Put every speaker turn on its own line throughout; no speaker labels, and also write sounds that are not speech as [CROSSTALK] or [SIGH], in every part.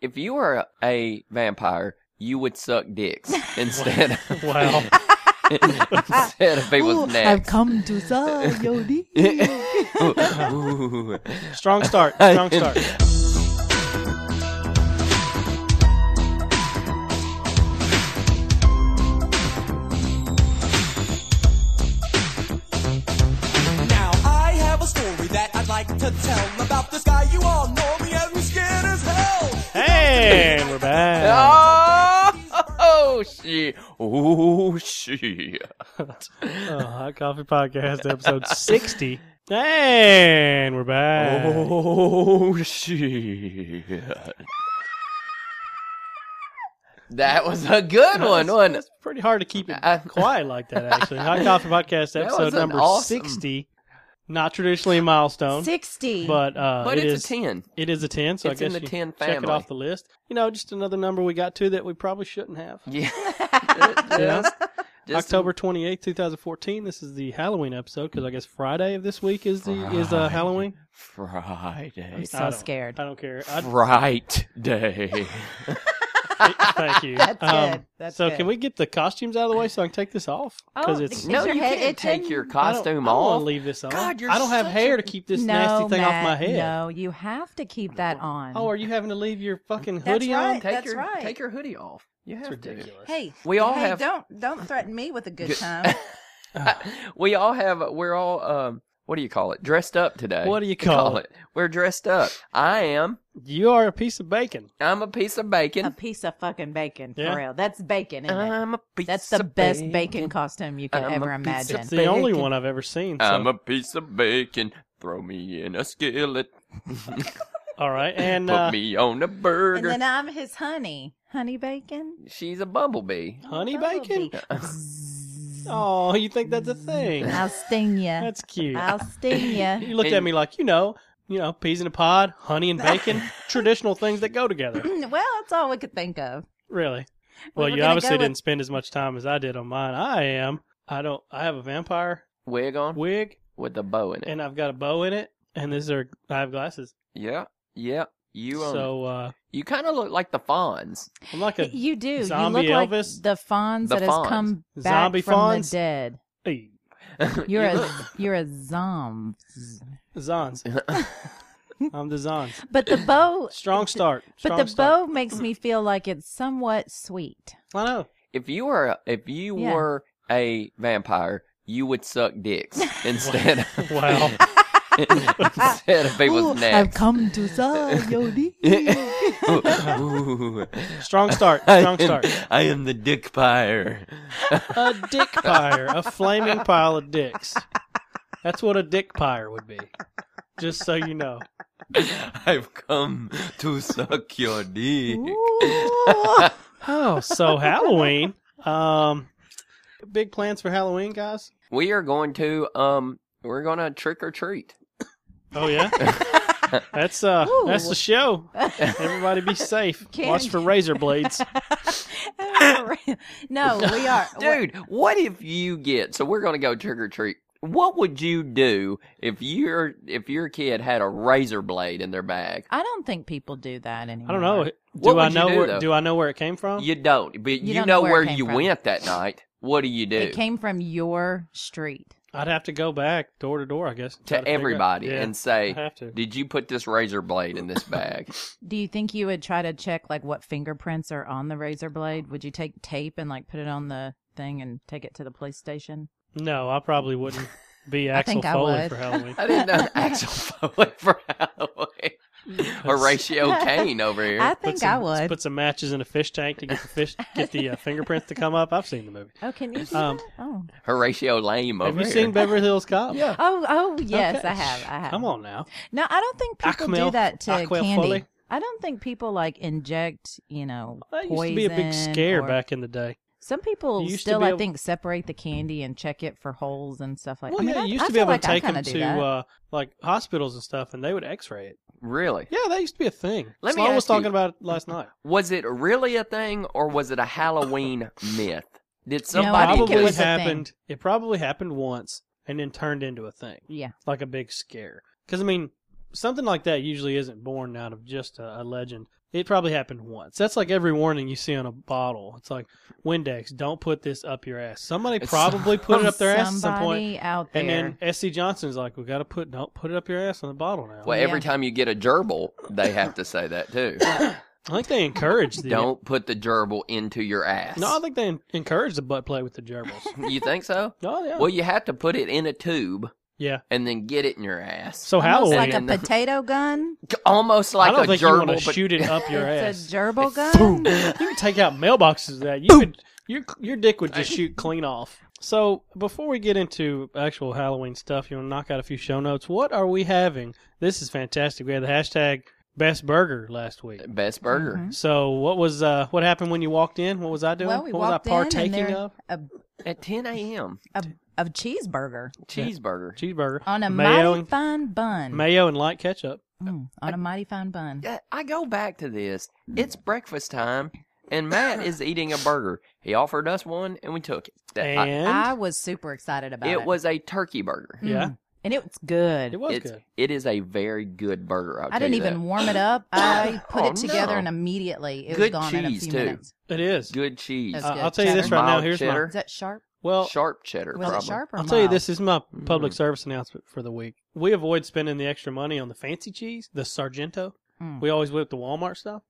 if you were a vampire, you would suck dicks instead of
Wow.
instead of people's
Ooh, I've
necks.
come to
[LAUGHS]
suck your dick.
[LAUGHS]
Ooh. [LAUGHS]
Strong start. Strong start.
Now I have a story that I'd like to tell about this guy you all know me as me scared as hell.
Hey, and we're back.
Oh shit! Oh shit!
Oh, Hot Coffee
[LAUGHS]
Podcast, episode 60. And we're back.
Oh shit! That was a good one. One.
It's pretty hard to keep it
I-
quiet like that, actually. Hot Coffee
[LAUGHS]
Podcast,
That was
episode
an
number
awesome-
60. Not traditionally a milestone,
60.
but, uh,
But
it
it's
is-
a ten.
It is a 10, so
It's
I
in
guess
the
you
10
check
family.
it off the list. You know, just another number we got to that we probably shouldn't have.
[LAUGHS] Yeah.
Yeah.
Just- just-
October 28th, 2014. This is the Halloween episode because I guess Friday of this week is the is uh,
Friday.
Halloween.
Friday.
I'm so
I don't-
scared.
I don't care. I,
Fright day.
thank you. Um,
That's good. That's
so
good.
can we get the costumes out of the way so I can take this off?
Oh,
it's
Is
no,
your
you
head
can't take
itching?
your
I don't-
costume
I don't wanna
off.
leave this on.
God, you're
I don't have
such
hair
a-
to keep this
no,
nasty thing
Matt,
off my head.
No, you have to keep that on.
Oh, are you having to leave your fucking
That's
hoodie on?
right.
Take
That's
your
right.
take your hoodie off. You have
That's
to.
ridiculous.
hey,
We all
hey,
have-
Don't don't threaten me with a good
Good- [LAUGHS]
time.
we all have we're all um what do you call it dressed up today
What do you
They
call it?
we're dressed up i am
You are a piece of bacon.
i'm a piece of
a
bacon
piece of fucking bacon,
Yeah.
for real. That's bacon, isn't it?
i'm a piece
That's the
of
best
bacon.
bacon costume you could
I'm a
ever
piece of
imagine.
It's the only
Bacon.
one I've ever seen. So.
i'm a piece of bacon throw me in a skillet [LAUGHS]
All right, and
put
uh,
me on a
And
burger
then uh, I'm his honey. Honey bacon?
she's a bumblebee
honey
That'll
bacon.
[LAUGHS]
be-
Oh, you think that's a thing?
I'll sting ya.
That's cute.
I'll sting
[LAUGHS]
ya. [CLEARS THROAT]
You looked at
And-
me like you know, you know, peas in a pod, honey and
[LAUGHS]
bacon, traditional things that go together.
well, that's all we could think of.
Really?
We
Well,
were
you
gonna
obviously
go with-
didn't spend as much time as I did on mine. I am. I don't. I have a vampire
wig on
wig,
with a bow in it
and I've got a bow in it, and these are I have glasses.
yeah yeah you um,
So uh,
you kind of look like the [LAUGHS] fawns
I'm like
[LAUGHS]
a
You do.
zombie
you look
Elvis?
like the Fonz
The
that has
Fonz.
come back
Zombie
from
Fonz?
the dead.
hey,
You're
You
a
look-
you're
[LAUGHS]
a zomb.
[LAUGHS]
Zons. I'm the Zons.
But the bow
Strong start.
but
Strong
the
start.
bow makes me feel like it's somewhat sweet.
I
[LAUGHS]
know.
if you were a- if you
Yeah.
were a vampire, you would suck dicks
[LAUGHS]
instead of
Wow.
instead of people's necks. [LAUGHS]
come to suck your
Ooh.
Strong start.
[LAUGHS] I am-
Strong start.
I am the dick pyre.
A dick pyre, a flaming pile of dicks. That's what a dick pyre would be. Just so you know.
I've come to suck your dick.
Oh, so Halloween. Um, big plans for Halloween, guys.
We are going to um we're gonna trick or treat.
Oh
[LAUGHS]
yeah, that's uh,
Ooh.
that's the show. Everybody be safe.
[LAUGHS] Can't-
Watch for razor blades.
[LAUGHS] no, we are.
Dude, what if you get so we're gonna go trick or treat. What would you do if your if your kid had a razor blade in their bag?
I don't think people do that anymore.
I don't know. Do
What would
I
you
know
do,
where?
though?
Do I know where it came from?
You don't, but you,
don't
know, where,
it came
you
from.
went that night. What do you do?
It came from your street.
I'd have to go back door to door, I guess, and try
to
figure out-
everybody
Yeah,
and
I
say,
have to.
"Did you put this razor blade in this
[LAUGHS]
bag?"
Do you think you would try to check like what fingerprints are on the razor blade? Would you take tape and like put it on the thing and take it to the police station?
No, I probably
[LAUGHS]
wouldn't be
I
Axel
think [LAUGHS] I
Foley
would.
for Halloween.
I didn't know Axel
[LAUGHS]
Foley for Halloween.
[LAUGHS]
Horatio Kane over here.
I
Put
think
some,
I would.
Put some matches in a fish tank to get the fish get the uh, fingerprints to come up. I've seen the movie.
oh, can you? Do
Um,
that? Oh,
Horatio Lame over
Have you
here.
seen Beverly Hills Cop?
Yeah.
oh, oh, yes,
Okay.
I have. I have.
Come on now.
No, I don't think people do
Acmel-
that to
Acmel
candy.
Foley?
I don't think people like inject, you know,
That used to
poison.
be a big scare
or-
back in the day.
Some people
You used to
still,
be
I
able-
think, separate the candy and check it for holes and stuff like.
Well,
I mean,
yeah,
I,
you used
I
to be
feel
able
like
to
I
take
kinda
them
do
to
that.
uh, like hospitals and stuff, and they would X-ray it.
Really?
Yeah, that used to be a thing.
Let me
Sloan was
ask you-
talking about it last night.
Was it really a thing, or was it a
[LAUGHS]
Halloween myth? Did
No,
somebody?
I think it
probably
was a thing.
happened. It probably happened once and then turned into a thing,
yeah.
like a big scare. Because I mean, something like that usually isn't born out of just a, a legend. It probably happened once. That's like every warning you see on a bottle. It's like Windex, don't put this up your ass. Somebody
It's-
probably put it up their ass at some point.
Somebody out there.
And then SC Johnson's like, we got to put don't put it up your ass on the bottle now.
Well, every
Yeah.
time you get a gerbil, they have to say that
[LAUGHS]
too.
I think they encourage the
Don't put the gerbil into your ass.
No, I think they en- encourage the butt play with the
[LAUGHS]
gerbils.
you think
[LAUGHS]
so?
oh yeah,
Well, you have to put it in a tube
yeah.
and then get it in your ass.
So
Almost
Halloween,
like a
And then-
potato gun.
Almost
I
like
don't
a
think you
gerbil.
want to
but-
shoot it up
[LAUGHS]
your ass.
It's a gerbil
Boom.
gun.
you can take out mailboxes of that. You could your your dick would just shoot clean off. So before we get into actual Halloween stuff, you want to knock out a few show notes. What are we having? This is fantastic. We had the hashtag best burger last week.
Best burger.
Mm-hmm.
So what was uh what happened when you walked in? What was I doing?
Well, we
what was I
walked
partaking
in and there-
of?
A,
At 10 a.m.
a, a cheeseburger
Cheeseburger.
Cheeseburger
on a
mayo
mighty
and
fine bun.
mayo and light ketchup.
Mm, on a mighty fine bun.
Yeah, I go back to this. It's breakfast time, and Matt
[LAUGHS]
is eating a burger. He offered us one, and we took it. That- I-
And
I was super excited about it. Mm.
it was a turkey burger.
yeah,
and it was good.
it was
it's,
good.
It is a very good burger. I'll
I
tell
didn't
you
even
that.
warm
[COUGHS]
it up. I put
Oh,
it together
no.
and immediately it was
Good
gone in a
cheese,
few
too.
minutes.
It is.
good cheese.
That's
Uh,
good.
I'll tell you this
Cheddar.
right now.
Mild
Here's
cheddar.
Is that sharp?
my well.
Sharp cheddar.
Was
probably.
it sharp or
I'll tell you
mild?
this is my public
Mhm.
service announcement for the week. We avoid spending the extra money on the fancy cheese, the Sargento.
Mm.
We always whip the Walmart stuff,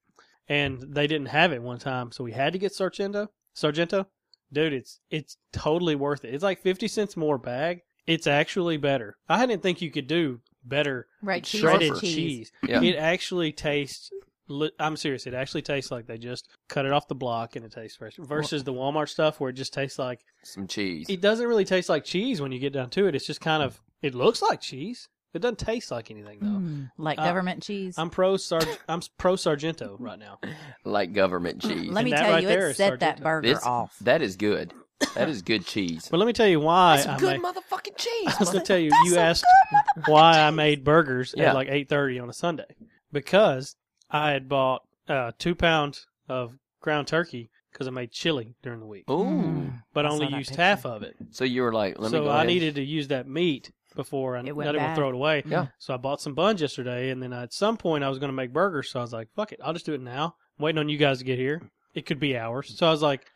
and they didn't have it one time, so we had to get Sargento. Sargento, dude, it's it's totally worth it. It's like fifty cents more bag. It's actually better. I didn't think you could do better
Right, cheese
sharper.
shredded
is
cheese.
cheese.
Yeah.
It actually tastes. li- I'm serious. It actually tastes like they just cut it off the block and it tastes fresh. Versus the Walmart stuff where it just tastes like
Some cheese.
it doesn't really taste like cheese when you get down to it. It's just kind of it looks like cheese. It doesn't taste like anything though.
Mm, like
Uh,
government cheese.
I'm pro Sarg- I'm pro Sargento right now.
like government cheese.
Let me
that
tell
right
you,
there
it
is
set that
Sargento.
burger
This-
off.
That is good. That is good cheese.
But let me tell you why
That's
I
good
made.
motherfucking cheese.
I was
mother-
gonna tell you.
That's
You
some
asked
good motherfucking
why I
cheese.
made burgers
Yeah.
at like 8:30 on a Sunday because I had bought uh, two pounds of ground turkey because I made chili during the week,
Ooh.
Mm,
but
I
I only
saw that
used
picture.
half of it.
So you were like, let me
so
go
I
ahead.
needed to use that meat before I, I
It
didn't
went
want to
bad.
throw it away.
Yeah.
So I bought some buns yesterday, and then at some point I was going to make burgers. So I was like, "Fuck it, I'll just do it now." I'm waiting on you guys to get here. It could be hours. So I was
[LAUGHS]
like,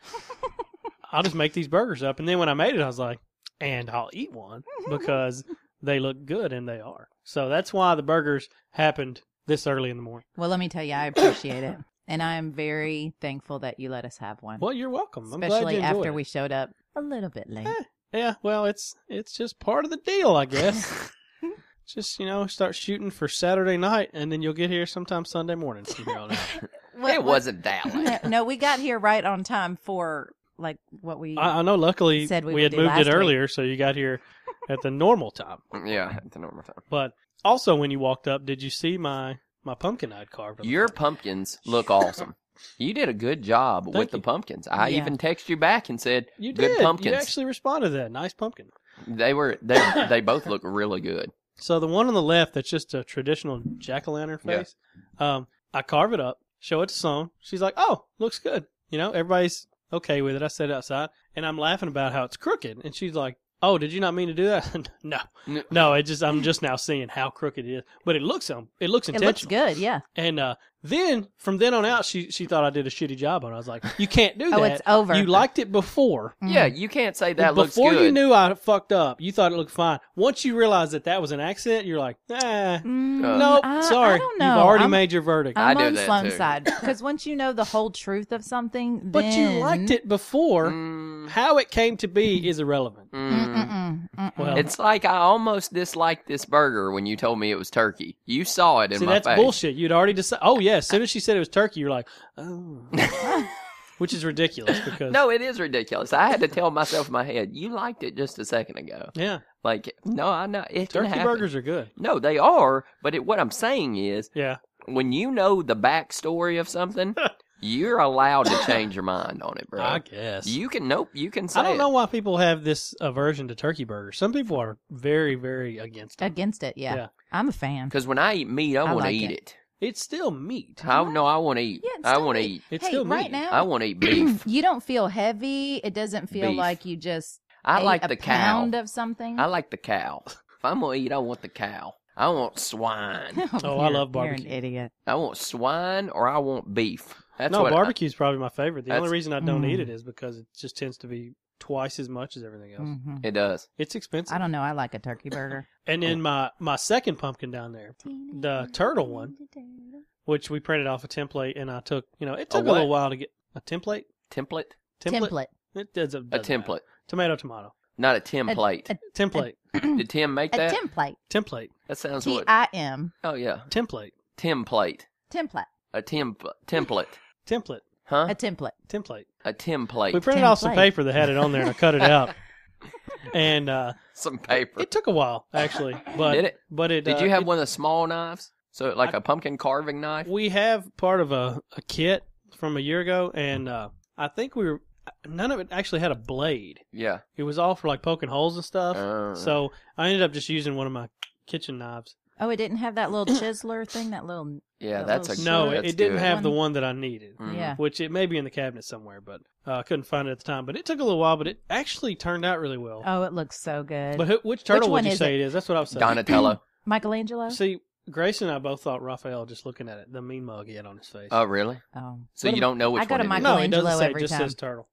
"I'll just make these burgers up." And then when I made it, I was like, "And I'll eat
[LAUGHS]
one because they look good, and they are." So that's why the burgers happened this early in the morning.
Well, let me tell you, I appreciate it, and I am very thankful that you let us have one,
Well, you're welcome. I'm glad
especially
you enjoyed
after
it.
we showed up a little bit late.
Eh. Yeah, well, it's it's just part of the deal, I guess.
[LAUGHS]
just you know, start shooting for Saturday night, and then you'll get here sometime Sunday morning. From here
[LAUGHS]
on out.
What-
it
what-
wasn't
[LAUGHS]
that
No,
late.
no, we got here right on time for like what we.
I, I know. Luckily,
Said
we,
we
had
would do
moved it
last week.
earlier, so you got here at the normal time.
yeah, at the normal time.
But also, when you walked up, did you see my my pumpkin I'd carved? on the
Your
front?
pumpkins look awesome. You did a good job with the
you.
pumpkins. I
Yeah.
even texted you back and said,
you
good
did.
pumpkins.
You actually responded to that nice pumpkin.
They were they
[COUGHS]
they both look really good.
So the one on the left that's just a traditional jack o' lantern
Yeah.
face. Um, I carve it up, show it to Sloan. She's like, "Oh, looks good." You know, everybody's okay with it. I set it outside, and I'm laughing about how it's crooked, and she's like, "Oh, did you not mean to do that?" [LAUGHS] no,
N-
no. It just I'm just now seeing how crooked it is, but it looks um, it looks
it
intentional.
looks good, yeah.
And uh, then from then on out, she she thought I did a shitty job on. it. I was like, "You can't do that.
[LAUGHS] Oh, it's over.
You liked it before."
Mm.
Yeah, you can't say that looks
Before
good.
you knew I fucked up, you thought it looked fine. Once you realized that that was an accident, you're like, nah,
Mm,
Uh,
nope,
I-
sorry.
I don't know.
You've already
I'm,
made your verdict.
I
I'm
do
on
that,
Sloan's
too.
side because once you know the whole truth of
[LAUGHS]
something,
but you liked it before.
Mm,
How it came to be is irrelevant.
mm.
mm
Well,
It's like I almost disliked this burger when you told me it was turkey. You saw it in
see,
my
that's
face.
bullshit. You'd already decided. Oh, yeah. As soon as she said it was turkey,
[LAUGHS]
you're like, oh. Which is ridiculous because.
No, it is ridiculous. I had to tell myself in my head, you liked it just a second ago.
Yeah.
Like, no, I know it can
Turkey
happen.
burgers are good.
No, they are. But it, what I'm saying is,
Yeah.
when you know the backstory of something,
[LAUGHS]
you're allowed to change your mind on it, bro.
I guess.
You can nope. You can say
I don't
it.
know why people have this aversion to turkey burgers. Some people are very, very against it.
against it. Yeah.
Yeah.
I'm a fan.
Because when I eat meat, I,
I
want
like
to eat
it. Mm-hmm.
it.
It's still meat.
I no, I want to eat.
Yeah, it's
I
still
want to
meat.
eat.
It's
hey,
still meat.
right now,
I want to eat
[CLEARS THROAT]
beef.
[LAUGHS] you don't feel heavy. It doesn't feel
Beef.
like you just
I
ate
like
a
the cow.
[LAUGHS] pound of
[LAUGHS]
something.
I like the cow. If I'm gonna eat, I want the cow. I want swine.
Oh, I
You're-
love barbecue.
You're an idiot.
I want swine or I want beef. That's
no,
what I-
barbecue's probably my favorite. The only
That's-
reason I don't
Mm.
eat it is because it just tends to be twice as much as everything else.
Mhm.
it does.
It's expensive.
I don't know. I like a turkey
[LAUGHS]
burger.
And then my my second pumpkin down there, the turtle one, which we printed off a template, and I took you know it took a,
what?
little while to get a template.
Template?
Template. It does a,
A template.
Tomato. Tomato.
Not a template.
a-
Template.
[LAUGHS]
[CLEARS THROAT] Did Tim make
A
that?
template.
template.
that sounds
T
what.
I M.
Oh, yeah.
Template.
Template.
Template.
A temp- template.
Template.
Huh?
A template.
Template.
A
We
template.
printed off some
Template.
paper that had it on there, and I cut it out.
[LAUGHS]
and uh,
[LAUGHS] Some paper.
it took a while, actually. But
Did it?
But it.
Did
uh,
you have
it-
one of the small knives? So, like a pumpkin carving knife?
We have part of a, a kit from a year ago, and uh, I think we were none of it actually had a blade.
Yeah.
It was all for like poking holes and stuff.
Uh-huh.
Uh,
so I ended up just using one of my kitchen knives.
Oh, it didn't have that
[COUGHS]
little chiseler thing. That little.
yeah,
that
that's a
uh,
little
No,
Sure.
it,
that's
it didn't
good.
have the one that I needed.
Mm.
Yeah.
Which it may be in the cabinet somewhere, but uh, I couldn't find it at the time. But it took a little while, but it actually turned out really well.
Oh, it looks so good.
but who, which turtle
one
would you
is
say it is? That's what I was
[CLEARS THROAT]
saying. [CLEARS THROAT]
Donatello.
Michelangelo.
See, Grace and I both thought Raphael just looking at it, the mean mug he had on his face.
oh, really?
oh.
So
What
you
am-
don't know which
I got
one it
a
is? [LAUGHS]
no, it
Michelangelo
doesn't say. It
every
just
time.
says turtle.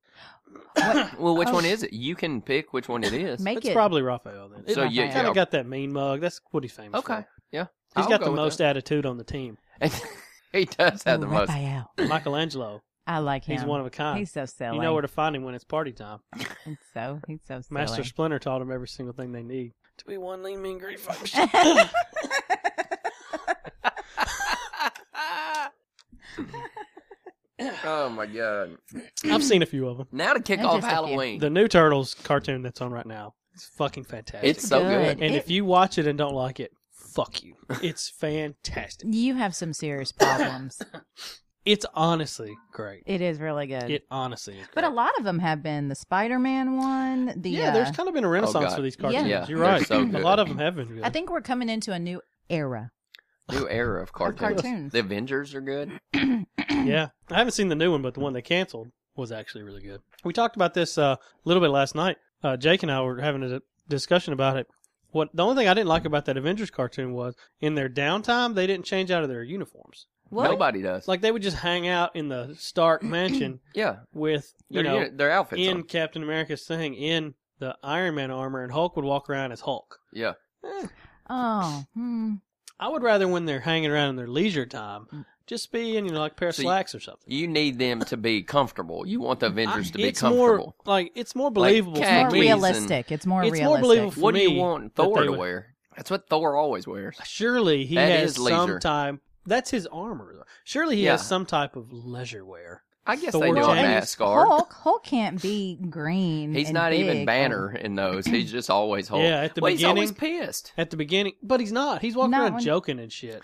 Well, which
Oh,
uh,
one
sh-
is it? You can pick which one it is.
Make
It's
it.
probably Raphael then. It
so you,
Raphael.
kind
yeah,
of got that mean mug. That's what he's famous for.
okay, yeah.
He's
I'll
got
go
the
with
most
that.
attitude on the
[LAUGHS]
team.
[LAUGHS] he does have the
[LAUGHS]
Ooh,
most.
Raphael.
Michelangelo,
I like him.
he's one of a kind.
He's so silly.
you know where to find him when it's party time.
He's so he's so silly.
Master Splinter taught him every single thing they need to be one lean, mean, great
[LAUGHS]
folks.
oh my god!
I've seen a few of them.
Now to kick
Not
off
just a few.
Halloween.
The new Turtles cartoon that's on right now. It's fucking fantastic.
It's so good.
and
It-
if you watch it and don't like it, fuck you. It's fantastic.
you have some serious problems.
It's honestly great.
it is really good.
It honestly is.
but a
great.
lot of them have been the Spider-Man one. The
yeah,
uh,
there's kind of been a renaissance
Oh, God.
for these cartoons.
Yeah.
You're
They're
right.
so
a
good.
lot of them have been good.
I think we're coming into a new era. [CLEARS THROAT]
new era
[LAUGHS]
of cartoons.
cartoons.
The Avengers are good.
yeah, I haven't seen the new one, but the one they canceled was actually really good. We talked about this uh, a little bit last night. Uh, Jake and I were having a d- discussion about it. What the only thing I didn't like about that Avengers cartoon was in their downtime they didn't change out of their uniforms.
What?
Nobody does.
Like they would just hang out in the Stark Mansion [CLEARS THROAT]
yeah,
with you
their,
know
uni- their outfits.
in
on.
Captain America's thing in the Iron Man armor, and Hulk would walk around as Hulk.
Yeah,
Oh, hmm.
I would rather when they're hanging around in their leisure time,
Mm.
just be in you know like a pair of
So you-
slacks or something.
you need them to be comfortable. You want the Avengers
I-
to be
it's
comfortable.
More, like it's more believable.
It's
Yeah,
more
for me.
khakis and-
realistic. It's more
It's more
realistic.
believable.
what
for
do you
me
want
that
Thor
they
to
would-
wear? That's what Thor always wears.
Surely he
That
has
is leisure.
some time. That's his armor. Surely he
Yeah.
has some type of leisure wear.
I guess
Thor
they do on
James.
that scarf.
Hulk, Hulk can't be green.
He's
and
not even
big.
Banner in those. He's just always Hulk.
Yeah, at the
well, he's always
beginning,
pissed. [LAUGHS]
at the beginning, but he's not. He's walking
Not
around
when-
joking and shit.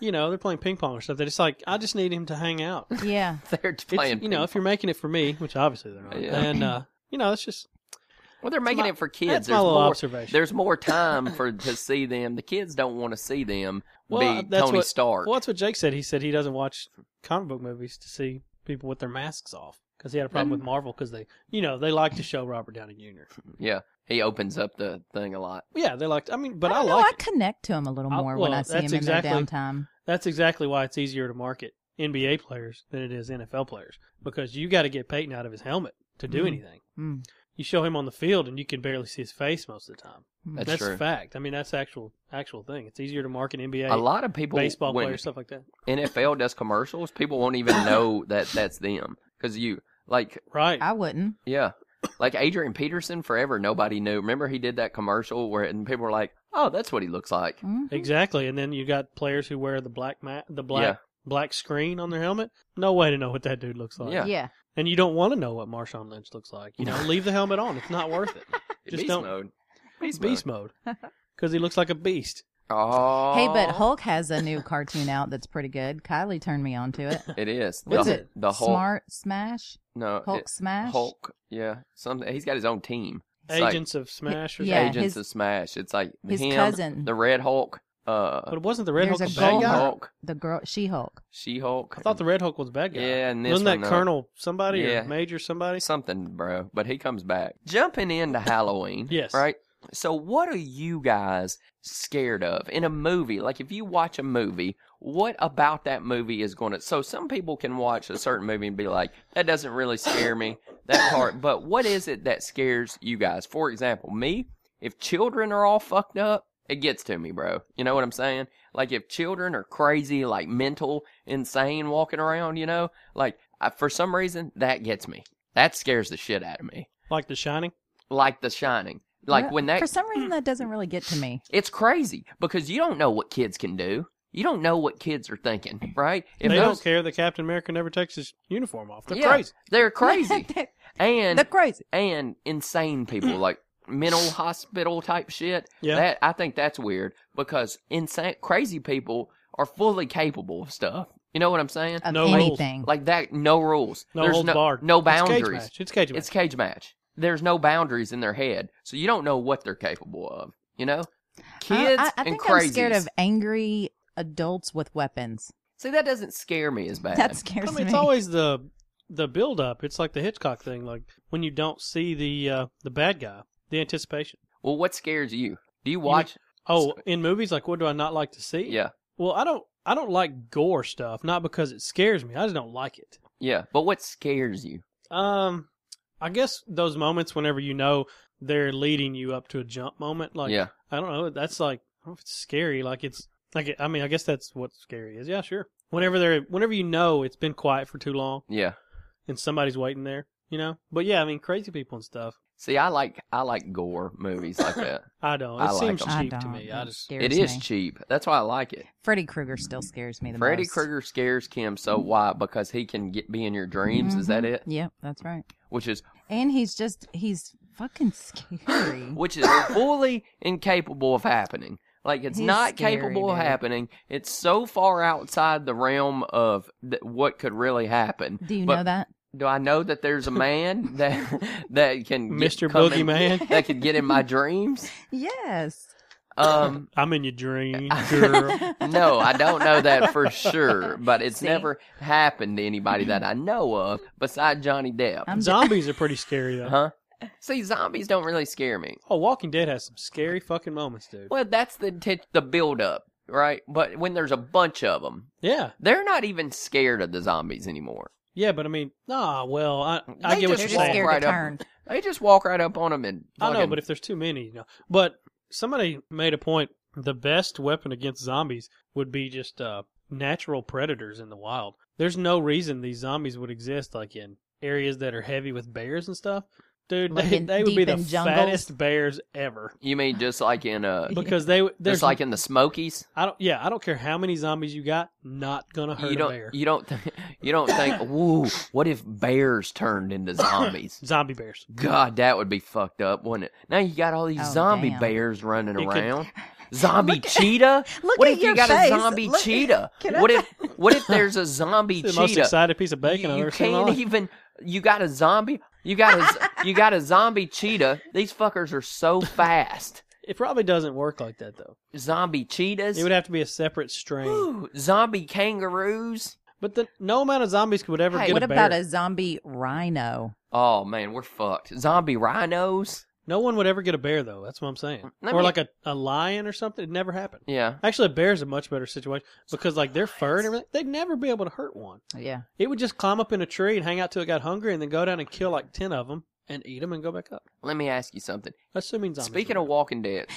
you know, they're playing ping pong or stuff. They're just like, I just need him to
[LAUGHS]
hang out. It's-
Yeah.
They're playing.
you know, if you're making it for me, which obviously they're not,
Yeah. [CLEARS THROAT]
and uh, you know, it's just
well, they're making
my-
it for kids.
that's my
there's
little
more,
observation.
There's more time
[LAUGHS]
for to see them. The kids don't want to see them
well,
be
that's
Tony
what,
Stark.
Well, that's what Jake said. He said he doesn't watch comic book movies to see people with their masks off because he had a problem
Mm.
with Marvel because they, you know, they like to show Robert Downey Jr.
Yeah, he opens up the thing a lot.
Yeah, they like. I mean, but
I,
I,
don't know,
like.
I
it.
connect to him a little
I-
more when
well,
I see him
that's
in
exactly-
their downtime.
That's exactly why it's easier to market NBA players than it is NFL players because you got to get Peyton out of his helmet to do
Mhm.
anything.
Mm.
You show him on the field and you can barely see his face most of the time.
That's,
That's,
true.
a fact. I mean, that's actual actual thing. It's easier to market NBA,
A lot of people,
baseball
when
players, stuff like that.
NFL does commercials, people won't
[COUGHS]
even know that that's them because you like
Right.
I wouldn't.
Yeah. Like Adrian Peterson, forever nobody knew. Remember he did that commercial where and people were like, "Oh, that's what he looks like."
Mhm.
exactly. And then you got players who wear the black mat, the black
Yeah.
black screen on their helmet. No way to know what that dude looks like.
Yeah.
Yeah.
And you don't want to know what Marshawn Lynch looks like.
[LAUGHS]
You know, leave the helmet on. It's not worth it. Just
beast
don't-
mode.
It's beast mode [LAUGHS] because he looks like a beast.
Oh,
Hey, but Hulk has a new cartoon out that's pretty good. Kylie turned me on
[LAUGHS]
to it.
It is.
What's
the,
it?
The Hulk.
Smart Smash?
no,
Hulk
it-
Smash?
Hulk. Yeah, something. He's got his own team. It's like
Agents of Smash. Or
Yeah,
something.
Agents
his-
of Smash. It's like
his
him,
cousin.
the Red Hulk,
But
uh,
it wasn't the Red
There's
Hulk
a
a bad
gold-
guy?
Hulk,
The girl, She Hulk.
She Hulk.
I thought the Red Hulk was a bad guy.
Yeah, and this
wasn't
one,
that
uh,
Colonel somebody
yeah.
or Major somebody?
something, bro. But he comes back. Jumping into Halloween.
Yes.
Right. So, what are you guys scared of in a movie? Like, if you watch a movie, what about that movie is going to. So, some people can watch a certain movie and be like, that doesn't really scare me, that part. But what is it that scares you guys? For example, me, if children are all fucked up, it gets to me, bro. You know what I'm saying? Like, if children are crazy, like mental, insane, walking around, you know, like, I, for some reason, that gets me. That scares the shit out of me.
Like The Shining.
Like The Shining. Like,
Well,
when that
for some reason that doesn't really get to me.
it's crazy because you don't know what kids can do. You don't know what kids are thinking, right? If
they don't
those-
care that Captain America never takes his uniform off. They're
Yeah,
crazy.
They're [LAUGHS]
[LAUGHS]
crazy
They're-
and
they're crazy.
and insane people like mental hospital type shit.
Yeah.
That I think that's weird because insane crazy people are fully capable of stuff. You know what I'm saying?
Of
No rules.
anything.
like that, no rules.
No
There's
holds
no,
barred.
No
It's cage
boundaries.
match. It's cage match.
It's cage match. There's no boundaries in their head, so you don't know what they're capable of. You know, kids
Uh, I, I, I
and
think
crazies.
I'm scared of angry adults with weapons. [LAUGHS]
See, that doesn't scare me as bad.
That
I
scares
mean, it's
me.
always the the build up. It's like the Hitchcock thing. Like when you don't see the uh, the bad guy, the anticipation.
well, what scares you? Do you watch?
Oh, in movies, like what do I not like to see?
yeah,
Well, I don't I don't like gore stuff. Not because it scares me. I just don't like it.
yeah. But what scares you?
Um, I guess those moments whenever you know they're leading you up to a jump moment. Like
yeah,
I don't know. That's like I don't know if it's scary. Like it's like I mean I guess that's what scary is. Yeah, sure. Whenever they're whenever you know it's been quiet for too long
yeah.
and somebody's waiting there, you know. But yeah, I mean crazy people and stuff.
See, I like I like gore movies
[LAUGHS]
like that.
I don't. It
I like
seems
'em.
I
cheap to
don't.
me. I
It
just
scares
it is
me.
cheap. That's why I like it.
Freddy Krueger still scares me the
Freddy
most. Mm-hmm.
Krueger scares Kim so why? Because he can get be in your dreams. Is that it?
Yep, that's right.
Which is
And he's just he's fucking scary.
[LAUGHS] which is fully incapable of happening. Like it's
He's
not
scary,
capable of
dude.
happening. It's so far outside the realm of th- what could really happen.
Do you
But
know that?
Do I know that
[LAUGHS]
there's a man that that can get-
Mr.
come in- [LAUGHS]
Boogeyman?
that can get in
[LAUGHS]
my dreams?
Yes.
Um,
I'm in
[LAUGHS]
your dream, girl.
no, I don't know that for sure, but it's
See?
never happened to anybody that I know of besides Johnny Depp.
I'm just,
Zombies are pretty scary
[LAUGHS]
though.
huh? See, zombies don't really scare me.
Oh, Walking Dead has some scary fucking moments, dude.
Well, that's the t- the build up, right? But when there's a bunch of them,
Yeah,
they're not even scared of the zombies anymore.
yeah, but I mean, nah. Well, I I
They
get what you're
they're
just
just
walk
saying.
scared
right
to
up.
turn.
They just walk right up on them and
I know,
fucking-
but if there's too many, you know. But somebody made a point. The best weapon against zombies would be just uh, natural predators in the wild. There's no reason these zombies would exist, like in areas that are heavy with bears and stuff. Dude,
Like
they,
in-
they would
deep
be the
in jungles?
fattest bears
[LAUGHS]
ever
you mean just like in uh,
because they w- there's
just like in the Smokies,
I don't. Yeah, I don't care how many zombies you got. Not gonna hurt
you
a
don't
bear.
you don't th- [LAUGHS] you don't
[COUGHS]
think, woo, what if bears turned into zombies?
Zombie bears.
God, that would be fucked up, wouldn't it? Now you got all these
Oh,
zombie
damn.
bears running
You could- [LAUGHS]
around. Zombie cheetah?
look
what
at
if you
your
got
face.
a zombie
[LAUGHS]
Look-
cheetah?
Can I
What if what if there's a zombie
The
cheetah?
most excited piece of bacon I've
you
ever seen. in my
can't
life.
even you got a zombie you got a z- you got a zombie cheetah. These fuckers are so fast.
It probably doesn't work like that though.
Zombie cheetahs.
It would have to be a separate strain.
Ooh, zombie kangaroos.
But the, no amount of zombies could ever
Hey,
get
What
a bear.
about a zombie rhino?
Oh man, we're fucked. Zombie rhinos.
No one would ever get a bear though. That's what I'm saying.
Let
or
me-
like a, a lion or something. It never happened.
Yeah.
Actually, a bear's a much better situation because like their fur and everything, they'd never be able to hurt one.
Yeah.
It would just climb up in a tree and hang out till it got hungry, and then go down and kill like ten of them and eat them and go back up.
Let me ask you something.
Assuming zombies.
Speaking of Walking
[LAUGHS]
Dead,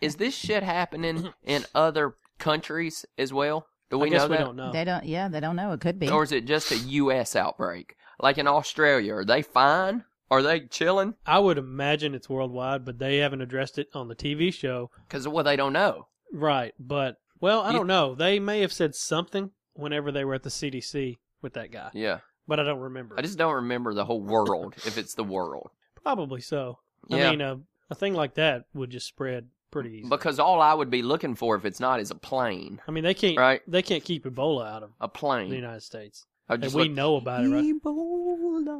is this shit happening in other countries as well? Do
we
we
I guess
know
we
that?
don't know.
They don't yeah, they don't know. It could be.
Or is it just a U.S. outbreak? Like in Australia, are they fine? Are they chilling?
I would imagine it's worldwide, but they haven't addressed it on the TV show.
Because well, they don't know.
Right, but well, I
You-
don't know. They may have said something whenever they were at the CDC with that guy,
Yeah,
but I don't remember.
I just don't remember the whole world. If it's the world,
Probably so.
Yeah.
[LAUGHS] I mean, a, a thing like that would just spread pretty easily.
because all I would be looking for if it's not is a plane.
I mean, they can't
Right.
they can't keep Ebola out of
A
the
plane.
United States,
I
and
just
we
look-
know about it. Right?
Ebola.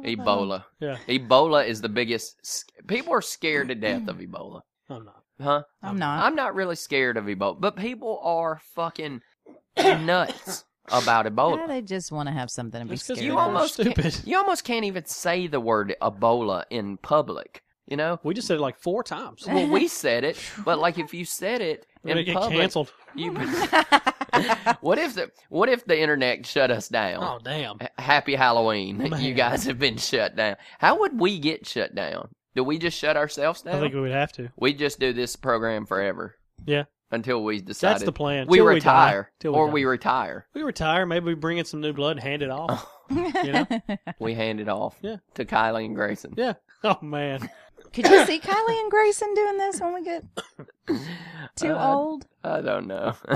Ebola.
Yeah,
Ebola is the biggest. s- People are scared to death
Mm.
of Ebola.
I'm not.
Huh?
I'm not.
I'm not really scared of Ebola, but people are fucking nuts about
Yeah,
Ebola.
they just want to have something to be
It's 'cause
scared
You
people
of.
are
almost
stupid.
You almost can't even say the word Ebola in public You know,
We just said it like four times.
well,
[LAUGHS]
we said it, but like if you said it
We're gonna
in
get
public,
canceled.
you.
[LAUGHS]
[LAUGHS] what if the What if the internet shut us down?
Oh damn!
H- Happy Halloween!
[LAUGHS]
You
Man.
guys have been shut down. How would we get shut down? Do we just shut ourselves
I
down?
think we would have to.
we just do this program forever.
Yeah.
Until we decide
That's the plan.
we
Till die.
retire,
Till
or
die.
we
[LAUGHS]
retire.
we retire. Maybe we bring in some new blood and hand it off.
[LAUGHS]
[LAUGHS] you know?
We hand it off
Yeah.
to Kylie and Grayson.
Yeah. Oh man.
[LAUGHS] Could you see Kylie and Grayson doing this when we get too
Uh,
old?
I don't
[LAUGHS]
know. [LAUGHS]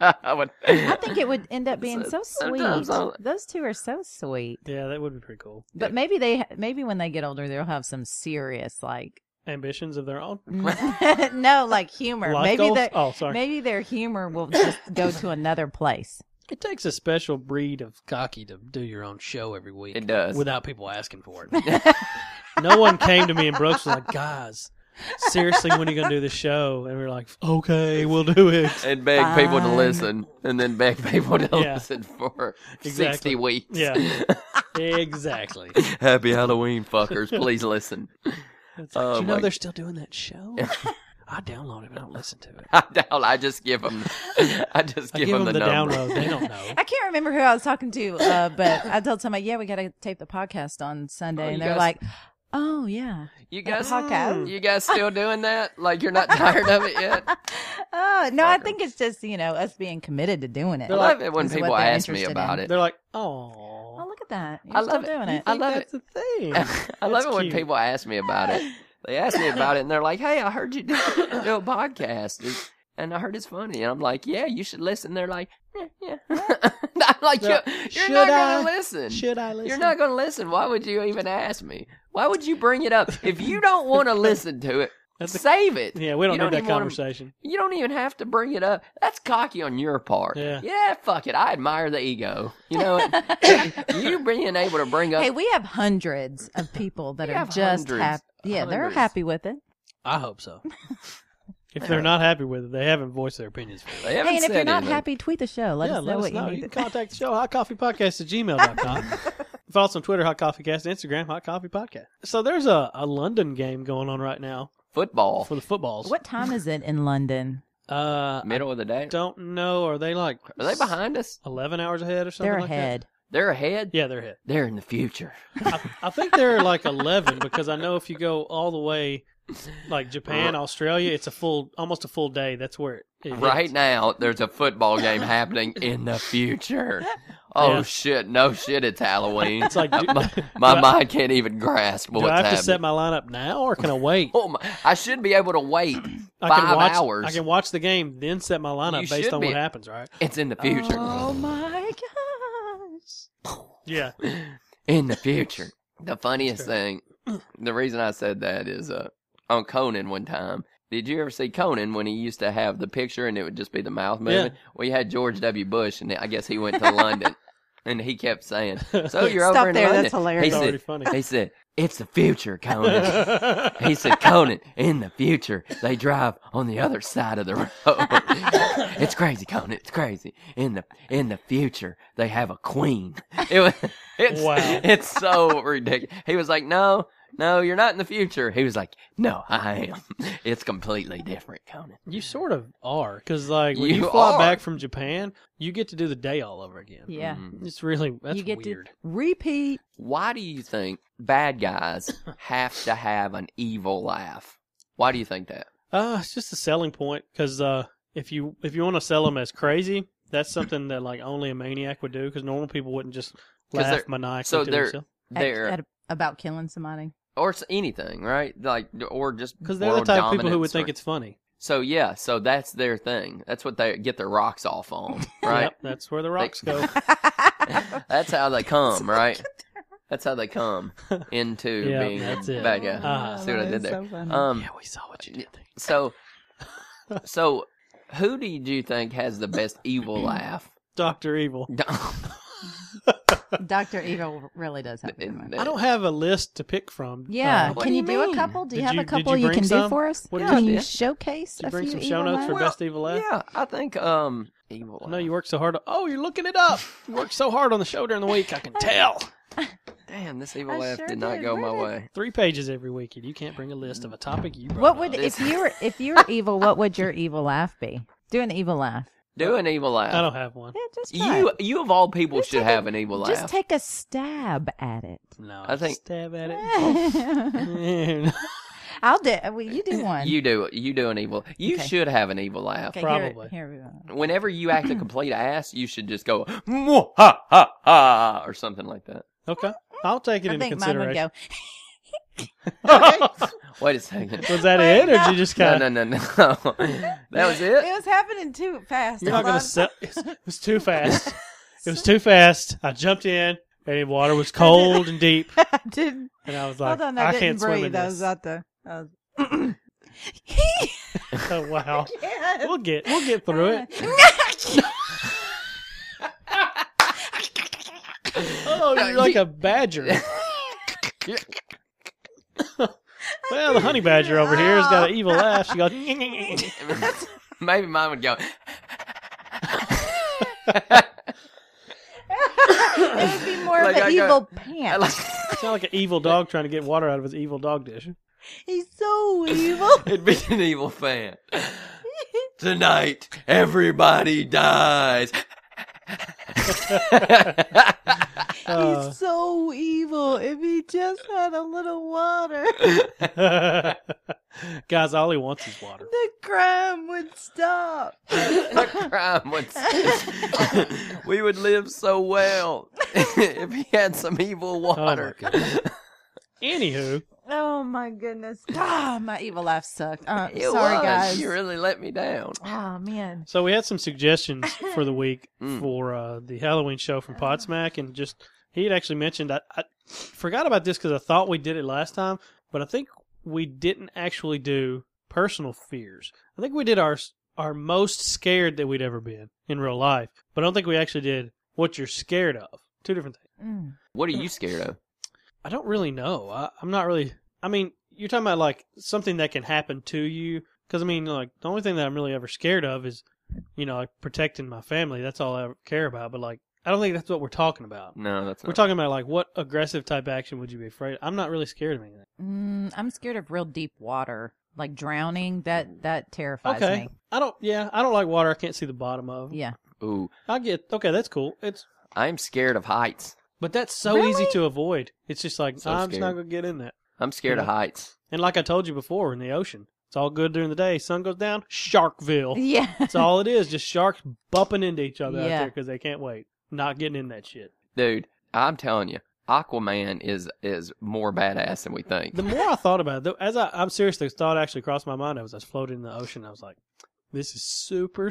I would.
I think it would end up being so sweet.
sometimes I'll-
Those two are so sweet.
Yeah, that would be pretty cool.
But maybe they, maybe when they get older, they'll have some serious like, [LAUGHS]
Ambitions of their own.
no, like humor.
Life
maybe
goals?
they,
Oh, sorry.
maybe their humor will just go to another place.
It takes a special breed of cocky to do your own show every week.
It does.
Without people asking for it.
[LAUGHS]
no one came to me and Brooks was like, guys, seriously, when are you going to do the show? And we were like, okay, we'll do it.
and beg people to
Fine.
listen, and then beg people to
Yeah.
listen for sixty
Exactly.
weeks. [LAUGHS]
Yeah. exactly.
Happy Halloween, fuckers! Please listen. [LAUGHS]
It's like,
Oh,
"Do you know
my-
they're still doing that show? I download it, but I don't listen to it.
I doubt. I just give them. I just
I
give, them the, [LAUGHS] number.
download. They don't know.
I can't remember who I was talking to, uh, but I told somebody, yeah, we got to tape the podcast on Sunday.
Oh, you
and they're
guys-
like, oh, yeah.
You guys,
podcast.
you guys still doing that? Like you're not tired of it yet?
Oh, no, I
Fucker.
think it's just, you know, us being committed to doing it.
I love it when
Is what
people
they're
ask me
interested
about
in.
it. [LAUGHS]
They're like,
Oh,
oh.
look at that. You're
I
still
love it.
doing it.
I love it.
that's the thing.
[LAUGHS] I love
That's
it when
cute.
people ask me about it. They ask me about it and they're like, "Hey, I heard you [LAUGHS] do, do a podcast, It's- and I heard it's funny." And I'm like, "Yeah, you should listen." They're like, "Yeah, yeah." [LAUGHS] I'm like,
No,
"You're, you're
should
not gonna
I?
listen.
Should I listen?
You're not gonna listen. Why would you even ask me? Why would you bring it up if you don't want to listen to it?
That's the-
save it.
Yeah, we don't
You
need that
even wanna-
conversation.
[LAUGHS] You don't even have to bring it up. That's cocky on your part.
Yeah.
fuck it. I admire the ego. You know,
[LAUGHS]
what? you being able to bring up.
Hey, we have hundreds of people that
We
are
have
just
hundreds.
happy. Yeah, they're
Hundreds.
happy with it.
I
[LAUGHS]
hope so. if they're not happy with it, they haven't voiced their opinions. For it.
They haven't
Hey, and if
said
you're not
anything.
happy, tweet the show. Let
yeah,
us know
let us
what
know.
you
You
need.
can contact the show, hotcoffeepodcast at
[LAUGHS]
gmail.com. Follow us on Twitter, Hot Coffee Cast, and Instagram, Hot Coffee Podcast. So there's a, a London game going on right now
football,
for the footballs.
Oh. What time is it in London?
Uh, I
middle of the day.
don't know. Are they like
Are they behind us?
11 hours ahead or something
They're
like
ahead.
They're ahead.
that? Yeah, they're ahead.
They're in the future.
I, I think they're like 11 because I know if you go all the way like Japan, Australia, it's a full, almost a full day. That's where it, it hits.
Right now, there's a football game happening in the future. Oh
Yeah.
shit! No shit! It's Halloween.
It's like, do- [LAUGHS]
my, my
do I-
mind can't even grasp what's
Do I have
happening.
to set my lineup now or can I wait?
oh my, I should be able to wait
I
five
can watch,
hours.
I can watch the game, then set my lineup
You should
based on
be.
what happens, right?
It's in the future.
Oh my gosh.
Yeah.
[LAUGHS] in the future. The funniest [CLEARS THROAT] thing, the reason I said that is uh, on Conan one time. Did you ever see Conan when he used to have the picture and it would just be the mouth moving? Well, you had George W. Bush, and I guess he went to London, [LAUGHS] and he kept [LAUGHS] saying, "So you're
Stop
over in
there,
London."
that's hilarious.
He
It's already
said,
funny.
he said, "It's the future, [LAUGHS] Conan." He said, Conan, in the future, they drive on the other side of the road. [LAUGHS] it's crazy, Conan. It's crazy. In the in the future, they have a queen. [LAUGHS] It was, it's,
Wow.
it's so ridiculous. He was like, no, no, you're not in the future. He was like, no, I am. [LAUGHS] It's completely different, Conan.
[LAUGHS] you sort of are, because like when
You
you, fly
are.
back from Japan, you get to do the day all over again.
Yeah.
Mm.
It's really that's
you get
weird.
to repeat.
Why do you think bad guys have to have an evil laugh? Why do you think that?
Uh, it's just a selling point because uh, if you if you want to sell them as crazy, that's something that like only a maniac would do because normal people wouldn't just
'Cause
laugh
they're-
maniacally
so
to
they're-
themselves
at-
They're
at- about
[LAUGHS]
killing somebody.
or s- anything, right? Like, or just
because they're the
world
type of people who would
dominance
think
or-
it's funny.
So yeah, so that's their thing. That's what they get their rocks off
[LAUGHS]
on, right?
Yep, that's where the rocks go.
[LAUGHS] that's how they
[LAUGHS]
come, right? That's how they come into
Yeah,
being
that's it.
bad guy.
Uh-huh.
See what I did there?
yeah,
um,
we saw what you did there. [LAUGHS]
so, so who do you think has the best evil
[LAUGHS]
laugh?
Doctor Evil.
[LAUGHS]
Dr. Evil really does have a good one.
I don't have a list to pick from.
Yeah.
Uh,
what
can
do
you,
you
do a
mean?
couple? Do you
Did
have
you-
a
did
couple
you
you,
bring
can do
some?
for us?
What did
can
you-
you
Yeah.
showcase
did you
a
bring
few
some show
evil
notes for
laugh?
Best Evil Laugh?
yeah, I think um evil.
I
Laugh.
[LAUGHS]
know you worked so hard. Oh, you're looking it up. You worked so hard on the show during the week. I can tell.
damn, this evil
I
laugh
sure
did not
did.
go my
Where did-
way.
Three pages every week, and you can't bring a list of a topic you brought
What would
up.
This-
if you were if you were
[LAUGHS]
evil? What would your evil laugh be? Do an evil laugh.
Do an evil laugh.
I don't have one.
Yeah, just try
You,
it.
you of all people
Just
should
take
have
a-
an evil
Just
laugh.
take a stab at it. [LAUGHS]
No,
I think-
stab at
I'll
it.
do. Well, you do one.
You do, you do an evil. You
Okay.
should have an evil laugh.
okay,
Probably.
Here, here we go.
Whenever you act a complete ass, you should just go "Mwah, ha ha ha or something like that.
[LAUGHS] okay, I'll take it
I
into
think mine would
consideration.
go.
[LAUGHS] Wait a second.
Was that
[LAUGHS] Wait,
it, or did
no.
you just
No,
kind
no,
of?
no, no. [LAUGHS] that was
It
it.
was happening too fast.
You're
I
not gonna
[LAUGHS] love-
sell. It was too
[LAUGHS]
fast. It was too fast. I jumped in, and the water
[LAUGHS]
was cold and deep,
I didn't.
and I was like,
Hold on, I,
I,
didn't
can't swim in
breathe. I was
this.
out the. I
[LAUGHS]
was- [LAUGHS]
Oh wow,
Yes.
we'll get we'll get through it.
[LAUGHS]
Oh, you're like a
[LAUGHS]
badger. Well, the honey badger over here has got an evil laugh. She goes,
[LAUGHS] Maybe mine would go. [LAUGHS]
it would be more
Like,
of an
I got-
evil pant.
[LAUGHS] sound like an evil dog trying to get water out of his evil dog dish. [LAUGHS]
He's so
[LAUGHS]
evil.
It'd be an evil
[LAUGHS]
fan. Tonight, everybody
[LAUGHS]
dies. [LAUGHS]
Uh,
He's so evil. If he just had a little water, [LAUGHS]
guys, all he wants is water.
the crime would stop. [LAUGHS]
The crime would cease. [LAUGHS] we would live so well [LAUGHS] if he had some evil water.
Oh, my Anywho,
Oh my goodness. [SIGHS] Ah, my evil laugh sucked. Uh,
It
sorry,
was.
guys.
You really let me down.
Oh man.
so we had some suggestions for the week
Mm.
for uh, the Halloween show from Podsmack, and just he had actually mentioned I, I forgot about this because I thought we did it last time, but I think we didn't actually do personal fears. I think we did our our most scared that we'd ever been in real life, but I don't think we actually did what you're scared of. Two different things.
Mm.
What are you scared of?
I don't really know. I, I'm not really. I mean, you're talking about like something that can happen to you. Because I mean, like the only thing that I'm really ever scared of is, you know, like protecting my family. That's all I ever care about. But like, I don't think that's what we're talking about.
Mm, No, that's
We're
not.
talking about like what aggressive type action would you be afraid? Of? I'm not really scared of anything.
Mm, I'm scared of real deep water, like drowning. That that terrifies
okay,
me.
I don't. Yeah, I don't like water. I can't see the bottom of.
Yeah.
Ooh,
I get. Okay, that's cool. It's.
I'm scared of heights.
But that's so easy
Really?
to avoid. It's just like
So
I'm just not
scared.
gonna get in that.
I'm scared of
Yeah.
heights.
And like I told you before, in the ocean, it's all good during the day. Sun goes down, Sharkville.
Yeah. [LAUGHS]
That's all it is. Just sharks bumping into each other out
Yeah.
there because they can't wait. Not getting in that shit.
Dude, I'm telling you, Aquaman is is more badass than we think.
The more I thought about it, though, as I, I'm serious, the thought actually crossed my mind. I was, I was floating in the ocean. I was like, this is super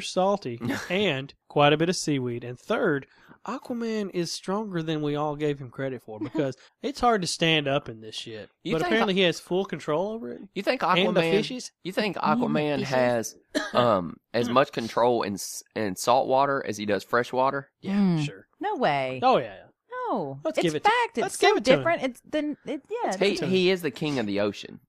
[LAUGHS]
salty and quite a bit of seaweed. And third, Aquaman is stronger than we all gave him credit for
[LAUGHS]
because it's hard to stand up in this shit.
You
but
think-
apparently he has full control over it.
you think
And the
Aquaman?
fishes.
You think
And the
Aquaman
fishes.
has um as much control in s- in salt water as he does fresh water?
Yeah,
Mm.
sure.
No way.
Oh, yeah. yeah.
No.
Let's
it's
give it to-
fact.
let's
it's so
give it to him.
different. It's then. It, yeah.
He
it's-
to
he is the king of the ocean.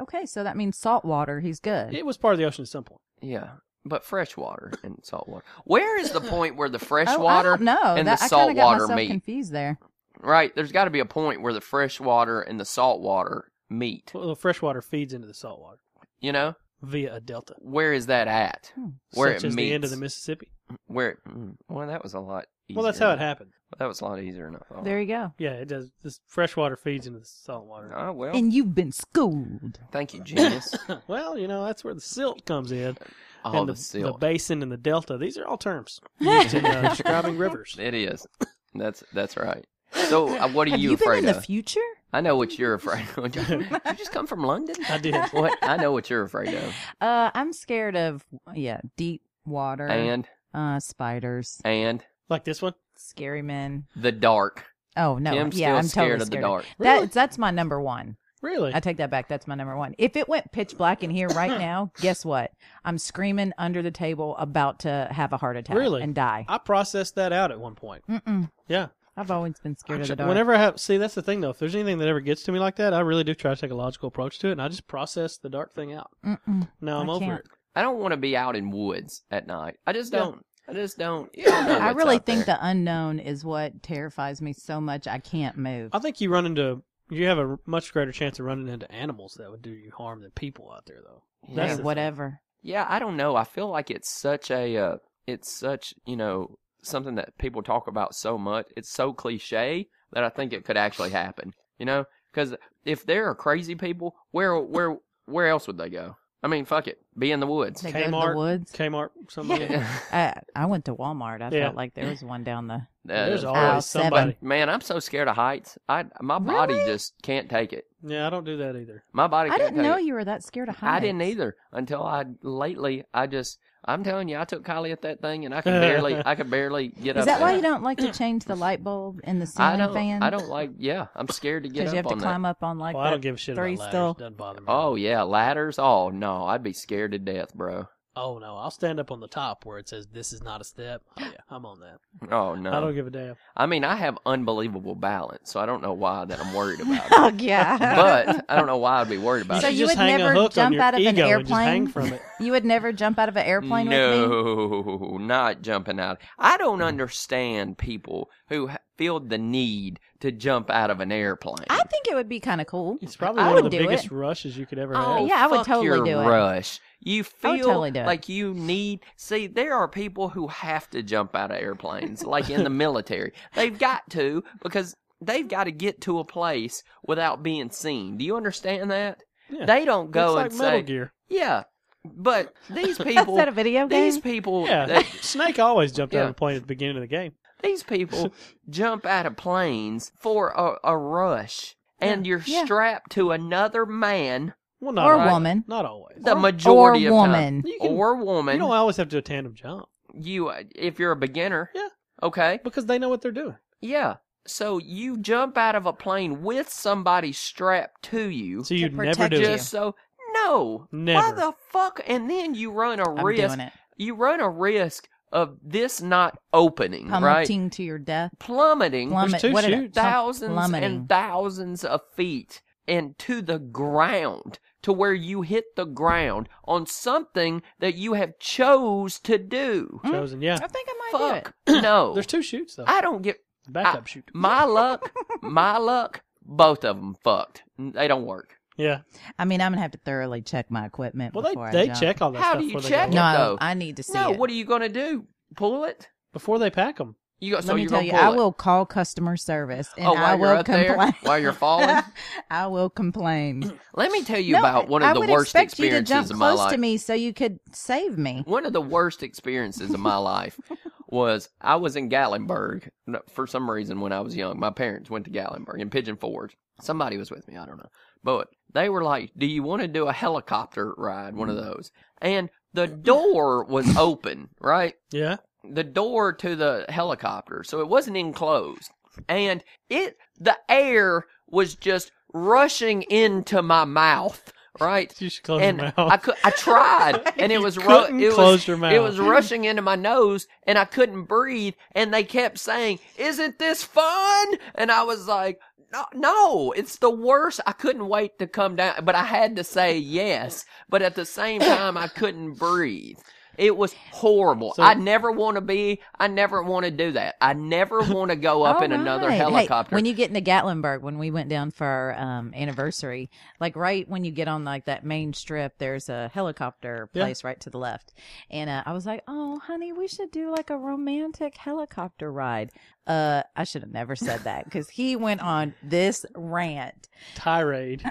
okay, so that means salt water. He's good.
It was part of the ocean at some point.
Yeah, but fresh water and salt water. Where is the point where the fresh
oh, I
water
don't know.
and
that,
the
I kinda
salt
got
water
myself
meet?
confused there.
Right, there's got to be a point where the fresh water and the salt water meet.
Well, the freshwater feeds into the saltwater
You know,
via a delta.
where is that at?
Hmm.
Where
such
it
as
meets?
the end of the Mississippi.
Where? mm, Well, that was a lot. Easier
Well, that's how
than-
it happened.
That was a lot easier than I thought.
There you go.
Yeah, it does. This fresh water feeds into the salt water.
Oh well.
And you've been schooled.
Thank you,
[LAUGHS]
genius.
well, you know that's where the silt comes in,
All
and
the,
the,
silt.
basin, and the delta. These are all terms
[LAUGHS]
used in uh, describing rivers.
it
[LAUGHS]
is. That's that's right. So, uh, what are
Have
you,
you been
afraid
in
of?
the future?
I know what you're afraid of. [LAUGHS] Did you just come from London?
I did.
What? I know what you're afraid
[LAUGHS]
of.
Uh, I'm scared of yeah deep water
And
uh spiders,
and
Like this one.
scary men.
the dark.
Oh no,
I'm
yeah,
still
I'm
scared
totally
of the
scared.
dark.
Really?
That that's my number one.
Really?
I take that back. That's my number one. If it went pitch black in here
[COUGHS]
right now, guess what? I'm screaming under the table, about to have a heart attack
Really?
and die.
I processed that out at one point.
Mm-mm.
Yeah.
I've always been scared of the dark.
Whenever I have, see, that's the thing though. If there's anything that ever gets to me like that, I really do try to take a logical approach to it, and I just process the dark thing out.
Mm-mm.
Now I'm
I
over
can't.
it.
I don't want to be out in woods at night. I just
Yeah.
don't. I just don't. You don't know
[LAUGHS] I
what's
really
out
think
there.
the unknown is what terrifies me so much I can't move.
I think you run into you have a much greater chance of running into animals that would do you harm than people out there, though.
Hey,
That's the-
whatever.
Yeah, I don't know. I feel like it's such a uh, it's such you know something that people talk about so much. It's so cliche that I think it could actually happen. You know, because if there are crazy people, where where where else would they go? I mean, fuck it, be in the woods. [LAUGHS]
They go to
Kmart.
the woods.
Kmart,
[LAUGHS]
somebody.
I, I went to Walmart. I
Yeah.
felt like there was one down the.
[LAUGHS] There's
Uh,
always
aisle seven.
somebody.
man, I'm so scared of heights. I my body
Really?
just can't take it.
Yeah, I don't do that either.
My body.
I
Can't take
didn't know
it.
you were that scared of heights.
I didn't either until I lately. I just. I'm telling you, I took Kylie at that thing, and
[LAUGHS]
I could barely. I could barely get
Is
up.
that
there.
why you don't like
[CLEARS THROAT]
to change the light bulb in
I
the ceiling
don't.
fan?
I don't like. Yeah, I'm scared to get
Because
up
you have to
on
climb up on like
Well,
that.
I don't give a shit about
three
ladders.
still.
Doesn't bother me.
that. Oh yeah, ladders. Oh no, I'd be scared to death, bro.
Oh no, I'll stand up on the top where it says this is not a step. Oh, yeah, I'm on that.
Oh
I
no.
don't give a damn.
I, mean, I have unbelievable balance, so I don't know why that I'm worried
[LAUGHS]
about. it.
[LAUGHS] oh
[LAUGHS]
yeah.
But I don't know why I'd be worried about
So
it.
should
you
just
would
hang
never
a hook on
jump
your
out of an
ego and just hang
airplane?
from it.
you would never jump out of an airplane with me.
no, not jumping out. I don't understand people who ha- feel the need to jump out of an airplane.
I think it would be kind of cool.
It's probably
[LAUGHS] I
one of
would
the
do
biggest
it.
rushes you could ever
Oh,
have.
yeah, I would
fuck
totally
your
do it.
rush. You
I
feel
would totally do it.
like you need. See, there are people who have to jump out of airplanes, like in the
[LAUGHS]
military. They've got to because they've got to get to a place without being seen. Do you understand that?
Yeah.
They don't go
it's like
and
Metal
say,
Gear.
"Yeah," but these
[LAUGHS] Is
people,
that a video game?
these people,
Yeah,
they-
[LAUGHS] Snake always jumped out
Yeah.
of the plane at the beginning of the game.
these
[LAUGHS]
people jump out of planes for a, a rush, and you're
Yeah.
strapped to another man.
Well, not
Or
always.
woman.
Not always.
The
Or-
majority
or
of time.
woman.
You can-
or woman.
You don't always have to do a tandem jump
you uh, if you're a beginner.
Yeah.
Okay.
because they know what they're doing.
Yeah. So you jump out of a plane with somebody strapped to you.
So you'd never
protect
do
you.
it.
just so no. Why
Never.
the fuck? And then you run a
I'm
risk.
doing it.
You run a risk of this not opening, right?
Plummeting to your death.
Plummeting
Plummet.
two
what did I-
shoots.
thousands
plummeting.
and thousands of feet and to the ground to where you hit the ground on something that you have chose to do.
Hmm?
Chosen, yeah.
Mm, I think I might do it.
Fuck no.
There's two shoots though.
I don't get
Backup
I-
shoot.
My luck, my luck. Both of them fucked. They don't work.
Yeah.
I mean, I'm gonna have to thoroughly check my equipment
Well,
before
they they
I jump.
check all that
How
stuff
do you
before
check
they
it?
go.
No,
though.
I need to see
no,
it.
what are you gonna do? Pull it?
before they pack them.
You got so
Let me
you're
tell
gonna
you,
pull
I
it.
will call customer service and
oh, while
I
you're
will
up
complain.
there, while you're falling.
[LAUGHS] I will complain.
Let me tell you
No,
about one of
I
the
would
worst
expect you to
experiences
jump
of my
close
life.
to me so you could save me.
One of the worst experiences of my life was I was in Gatlinburg No, for some reason when I was young. My parents went to Gatlinburg in Pigeon Forge. Somebody was with me, I don't know. But they were like, Do you want to do a helicopter ride? One of those. And the door was open, right?
Yeah.
the door to the helicopter, so it wasn't enclosed. And it, the air was just rushing into my mouth, right?
You should close
And
your mouth.
I could, I tried, and it
[LAUGHS] You
was ru-
couldn't
it was
close your mouth.
it was rushing into my nose, and I couldn't breathe. And they kept saying, "Isn't this fun?" And I was like, "No, no, it's the worst." I couldn't wait to come down, but I had to say yes. But at the
[LAUGHS]
same time, I couldn't breathe. It was horrible.
So-
I never want to be. I never want to do that. I never want to go up
All
in another
right. Hey,
helicopter.
when you get into Gatlinburg, when we went down for our um, anniversary, like right when you get on like that main strip, there's a helicopter
Yeah.
place right to the left, and uh, I was like, "Oh, honey, we should do like a romantic helicopter ride." Uh, I should have never said that because he went on this rant
[LAUGHS]
[CLEARS THROAT]
[LAUGHS]
Tirade.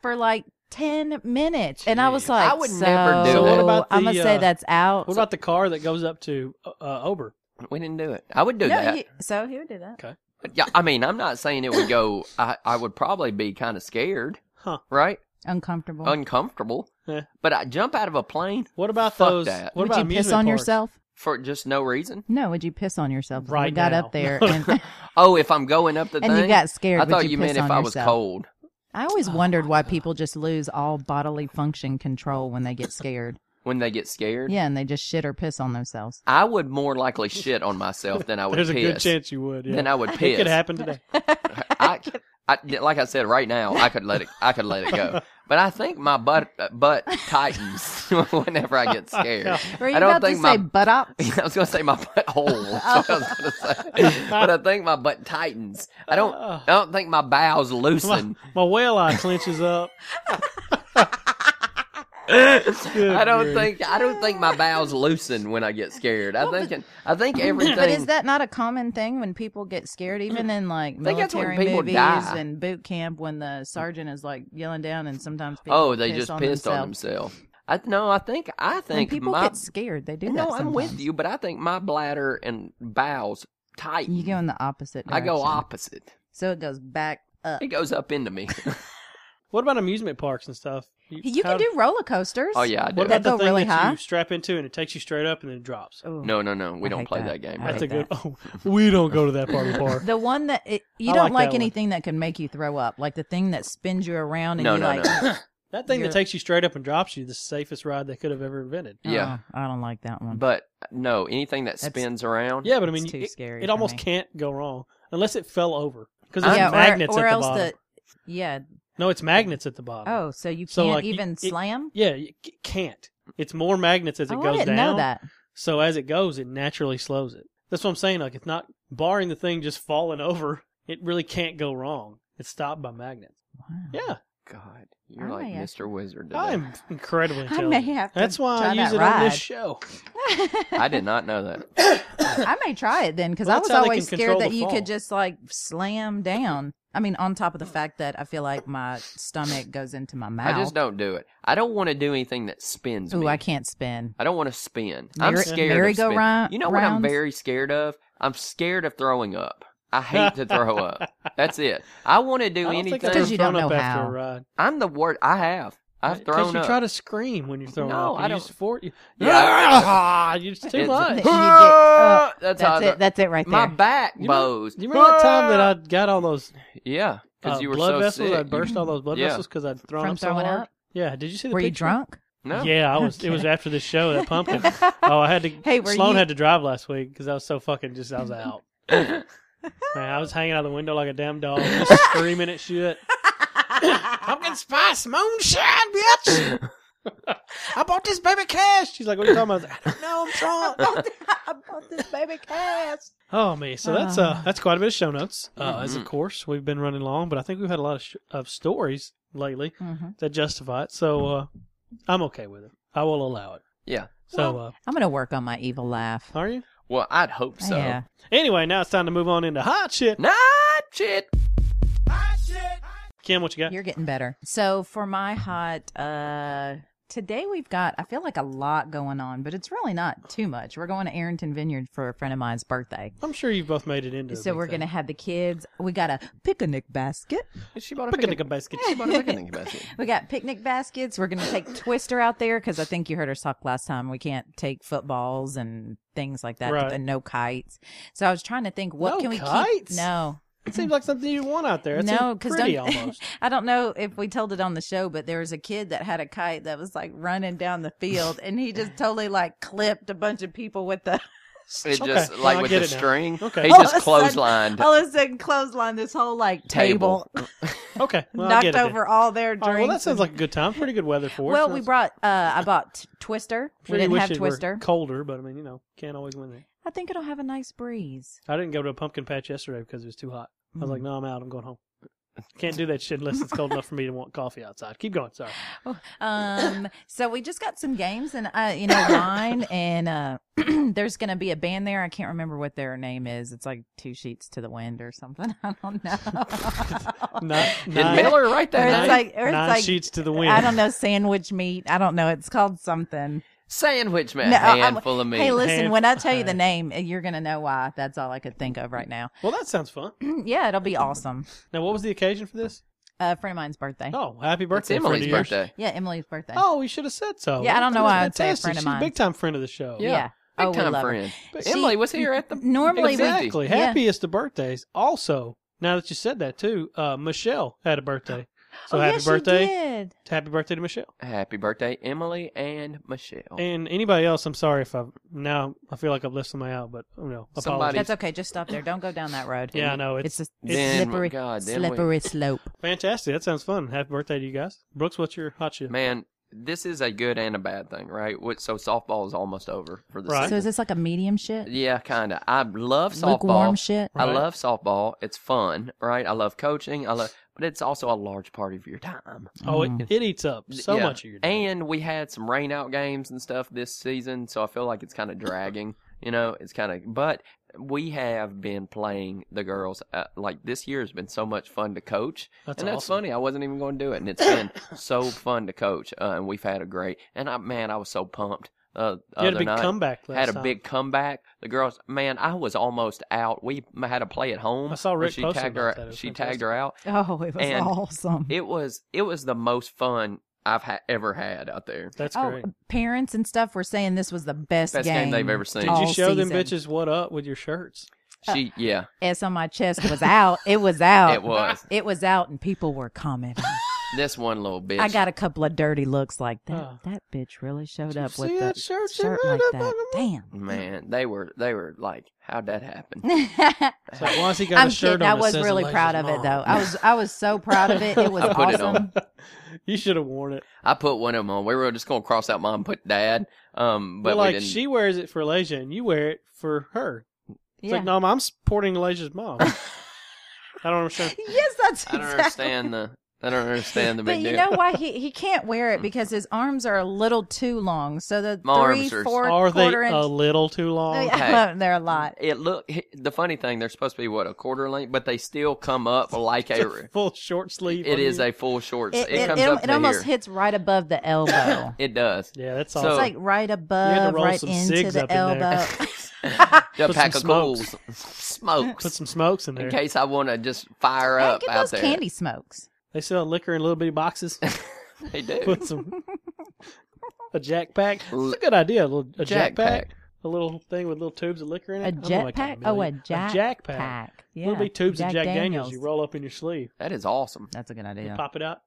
for like ten minutes, and I was
Jeez.
like,
I would never do
"So,
that." What
about
I'm
the,
gonna say
uh,
that's out.
What about the car that goes up to uh, uh, Ober?
we didn't do it. I would do
no,
that.
you- so he would do that.
Yeah, I mean, I'm not saying it would go. I, I would probably be kind of scared,
Huh.
right?
Uncomfortable.
Uncomfortable.
Yeah.
But I jump out of a plane
What about
Fuck
those?
that.
What
would
about
you piss
amusement
on
parks?
yourself?
for just no reason.
No, would you piss on yourself? if
Right
you got
now. [LAUGHS]
up there
[LAUGHS]
and,
Oh, if I'm going up the
[LAUGHS] and
thing,
you got scared.
I
would
thought
you,
you
piss
meant if
on
I was
yourself?
cold. Oh,
I always wondered why people just lose all bodily function control when
[LAUGHS]
they get scared.
When they get scared,
yeah, and they just shit or piss on themselves.
I would more likely shit on myself than I would
There's
piss.
[LAUGHS] a good chance you would.
[LAUGHS]
Yeah.
Than I would
It
piss.
could happen today.
I, I, like I said, right now I could let it. I could let it
[LAUGHS]
go. But I think my butt uh, butt tightens [LAUGHS] whenever I
[LAUGHS]
get
Oh,
scared.
Were you
I don't
about
think
to
my-
say
[LAUGHS]
buttocks?
I was gonna say my butthole. [LAUGHS] That's what I was gonna say. But I think my butt tightens. I
[SIGHS]
don't. I don't think my bowels loosen.
My whale eye
[LAUGHS]
clenches up.
I don't
grief.
think. I don't think my bowels loosen when I get scared. I think. I think everything.
[LAUGHS] [CLEARS THROAT] But is that not a common thing when people get scared, even in like
think that's when
military
people
movies
die.
and boot camp when the sergeant is like yelling down and sometimes people
oh, they
piss
just
on
pissed on
themselves.
themselves. I no. I think. I
When
think
people
my.
get scared. They do that.
no, I'm with
sometimes.
you, but I think my bladder and bowels tighten.
You go in the opposite.
I
Direction.
go opposite.
So it goes back up.
It goes up into me.
What about amusement parks and stuff?
You
how-
can do roller coasters.
oh yeah, I do.
What about
that
the
go
thing
really
that
high?
you strap into and it takes you straight up and then it drops?
Ooh.
No, no, no. We
I
don't
hate
play
that.
Oh, that, game.
I
right?
That's a
hate
good. [LAUGHS] Oh, we don't go to
[LAUGHS]
that part of the park.
The one that it, you
I
don't
like
like,
that one.
anything that can make you throw up, like the thing that spins you around and
No,
you
no,
like.
no.
That thing
You're-
that takes you straight up and drops you, the safest ride they could have ever invented.
Yeah.
Oh, I don't like that one.
But no, anything that
That's-
spins around.
Yeah, but I mean,
It's too
it,
scary
it
for
almost
me.
can't go wrong unless it fell over because there's
yeah,
magnets
or, or
at the
else
bottom.
the yeah.
No, it's magnets at the bottom.
Oh, so you can't
So, like, you-
even
it-
slam.
yeah, it c- can't. It's more magnets as it
oh,
goes
I didn't
down.
know that.
So as it goes, it naturally slows it. That's what I'm saying. Like it's not barring the thing just falling [LAUGHS] over. It really can't go wrong. It's stopped by magnets.
Wow.
Yeah,
God, you're
I
like
may
Mr. Wizard today.
I'm incredibly
I
intelligent.
may have to.
That's why I
try
use
that
it on
ride.
[COUGHS]
this show.
[LAUGHS]
I did not know that.
I may try it then because
Well,
I
that's
was
how they
always
can control
scared that
the
you
fall.
could just like slam down. I mean, on top of the fact that I feel like my stomach goes into my mouth.
I just don't do it. I don't want to do anything that spins
Ooh,
me.
I can't spin.
I don't want to spin. I'm
Merry-
scared of spin.
merry-go-round-
You know what I'm
rounds?
very scared of? I'm scared of throwing up.
[LAUGHS]
I hate to throw up. That's it. I want to
I
do
don't think I've
anything.
ever
Because you don't
thrown up
know
after
how.
a ride.
I'm the worst. I have. I've
Because
thrown
you
up.
try to scream when you're throwing
No,
up.
I
You
don't-
Just for, you,
Yeah.
[LAUGHS] Ah, you just too
It's- [LAUGHS]
much.
You get up.
that's how I
That's
throw-
it. That's it right there.
My [LAUGHS] back
You remember-
bows.
You remember that time that I got all those
[LAUGHS] Yeah, because
uh,
you were
blood
so
vessels?
sick.
I burst all those blood
Yeah.
vessels because I'd thrown
From
up so
throwing
hard.
up?
Yeah. Did you see the
Were you
picture?
drunk?
[LAUGHS] No.
Yeah, I was. It was after this show that pumpkin.
[LAUGHS]
oh, I had to.
Hey, were
Sloan
you-
had to drive last week because I was so fucking just. I
[LAUGHS]
was out. Man, I was hanging out the window like a damn
[LAUGHS]
dog, just screaming at shit. Pumpkin spice moonshine,
[LAUGHS]
bitch. I bought this baby cash. She's like, "What are you talking about?" I was like, "I don't know. I'm drunk."
I bought this baby cast.
Oh man, so that's uh
Ah.
that's quite a bit of show notes. Uh, As of course we've been running long, but I think we've had a lot of, sh- of stories lately
Mm-hmm.
that justify it. So uh, I'm okay with it. I will allow it.
Yeah.
So uh,
I'm gonna work on my evil laugh.
are you?
Well, I'd hope [LAUGHS] so.
Yeah.
Anyway, now it's time to move on into hot shit.
Not shit.
Kim, what you got?
You're getting better. So for my hot uh today we've got I feel like a lot going on, but it's really not too much. We're going to Arrington Vineyard for a friend of mine's birthday.
I'm sure you've both made it into.
So we're gonna have the kids. We got a picnic basket.
She bought a
pick a
picnic.
nickel basket.
She bought a picnic basket.
We got picnic baskets. We're gonna take Twister out there because I think you heard us talk last time. We can't take footballs and things like that,
Right.
and no kites. So I was trying to think, what
No
can we
kites?
keep? No,
It seems like something you want out there. It
no,
seems pretty
don't- [LAUGHS]
almost.
I don't know if we told it on the show, but there was a kid that had a kite that was like running down the field, and he just totally like clipped a bunch of people with the
It
Okay.
just
No,
like
I
with
get
the
it now.
string.
Okay.
He
All
just
of a sudden-
clotheslined.
all of a sudden clothesline this whole like
Table.
table,
Okay, well, I get
knocked
it then.
over all their drinks.
All right, well, that sounds
and-
like a good time. Pretty good weather for it.
well,
so
we
that's-
brought. uh I bought t- Twister.
I'm sure
we
you
didn't
wish
have
it were
Twister.
colder, but I mean, you know, can't always win there.
I think it'll have a nice breeze.
I didn't go to a pumpkin patch yesterday because it was too hot. I was
Mm.
like, no, I'm out. I'm going home. Can't do that shit unless it's cold enough for me to want coffee outside. Keep going.
[LAUGHS]
Sorry.
Um, so we just got some games and uh, you know wine and uh, [CLEARS THROAT] there's gonna be a band there. I can't remember what their name is. It's like two sheets to the wind or something. [LAUGHS] I don't know.
Nine,
Did
nine,
Miller write
Or
that?
it's
down?
like- or it's
nine
like-
sheets to the [LAUGHS] wind.
I don't know sandwich meat. I don't know. It's called something.
Sandwich man,
No, I'm-
handful of meat.
Hey, listen.
Hand-
when I tell you the
Hey.
name, you're gonna know why. That's all I could think of right now. [CLEARS THROAT]
Well, that sounds fun.
yeah, it'll be awesome.
Now, what was the occasion for this?
A friend of mine's birthday.
Oh, happy
it's
birthday, friend
Emily's
of yours.
birthday.
Yeah, Emily's birthday.
Oh, we should have said so.
Yeah, I don't know why I would say a
Fantastic.
friend of
She's
mine.
a big time friend of the show.
yeah.
Big
oh, we
time
love her.
friend.
But
She-
Emily was here at the
Normally we-
Exactly.
Yeah. [GASPS]
Happiest of birthdays. Also, now that you said that too, uh, Michelle had a birthday. So
oh,
happy
yes, you
birthday.
did.
Happy birthday to Michelle.
Happy birthday, Emily and Michelle.
And anybody else, I'm sorry if I now I feel like I've left somebody out, but you know,
Somebody-
apologies.
That's okay. Just stop there. Don't go down that road.
Yeah, I know,
It's, a
it's
then,
slippery,
God, then we-
slippery
[LAUGHS]
slope.
Fantastic. That sounds fun. Happy birthday to you guys. Brooks, what's your hot shit?
man, this is a good and a bad thing, right? What- So softball is almost over for the
Right.
So
season.
is this like a medium shit?
yeah, kind of. I love
Lukewarm
softball.
shit?
I
Right.
love softball. It's fun, right? I love coaching. I love, but it's also a large part of your time.
Oh, it, it eats up so
Yeah.
much of your day.
And we had some rain out games and stuff this season, so I feel like it's kind of dragging. You know, it's kind of, but we have been playing the girls. Uh, like this year has been so much fun to coach,
That's
and that's
awesome.
funny. I wasn't even going to do it, and it's been [LAUGHS] so fun to coach. Uh, and we've had a great, and I man, I was so pumped. Uh,
you had a
other
big
night.
comeback last
Had a
time.
big comeback. The girls, man, I was almost out. We m- had a play at home.
I saw
where
Rick
She
posted
tagged
about
her.
that. It was
She tagged her out.
Oh, it was
And
awesome.
It was it was the most fun I've ha- ever had out there.
That's
oh,
great.
parents and stuff were saying this was the best,
Best game they've ever seen.
Did
all
you show them
season.
bitches what up with
[LAUGHS]
your shirts?
Uh.
She, yeah,
S on my chest was out. It was out.
it was.
It was out, and people were commenting.
This one little bitch.
I got a couple of dirty looks like that.
Oh.
That bitch really showed
Did you
up
see
with
that
that
shirt
shirt,
she had
like
up on
that. Damn.
man. They were they were like, how'd that happen? Mm.
[LAUGHS]
So why has he got
I'm
a shirt
kidding.
on?
I
that
was
says
really
Elijah's
proud of it,
mom?
though. I was I was so proud of it. It
[LAUGHS]
was
I put it
awesome.
on.
[LAUGHS] you should have worn it.
I put one of them on. We were just gonna cross out mom, and put dad. Um, but
But
we
like
didn't.
she wears it for Elijah, and you wear it for her. It's
Yeah.
like, no, I'm supporting
[LAUGHS]
Elijah's mom. I don't understand.
[LAUGHS] yes, that's.
I don't
exactly-
understand the. I don't understand the
[LAUGHS] But
big
you
deal.
know why
[LAUGHS]
he, he can't wear it because his arms are a little too long. So the
My
three,
arms are-
four,
Are they
quarter
a
inch. Oh,
little too long? [LAUGHS]
Okay.
[LAUGHS] They're a lot.
it look the funny thing. They're supposed to be what a quarter length, but they still come
[LAUGHS]
up like a.
Full short sleeve.
It
on
is
you?
a full shorts.
It,
It,
it,
comes
it,
up
it
to
almost
here.
hits right
[LAUGHS]
above the elbow.
It does.
Yeah, that's
So-
awesome.
It's like right above,
roll
right
some
into
cigs up
the
[LAUGHS]
in
elbow.
The
Put some
pack of
smokes.
coals, [LAUGHS] smokes.
Put some smokes in
in
there.
case I want to just fire
Hey,
up
get
out
those
there.
candy smokes.
They sell liquor in little
[LAUGHS]
bitty boxes.
They do.
Put some a jack pack. It's a good idea. A, little, a jack,
Jack
pack.
pack.
A little thing with little tubes of liquor in
A
it. I don't know, I
jet pack?
can't
Oh, a
remember.
jack,
jack pack.
pack. Yeah.
Little bitty tubes of Jack Daniels. You roll up in your sleeve.
That is awesome.
That's a good
You
idea.
pop it out.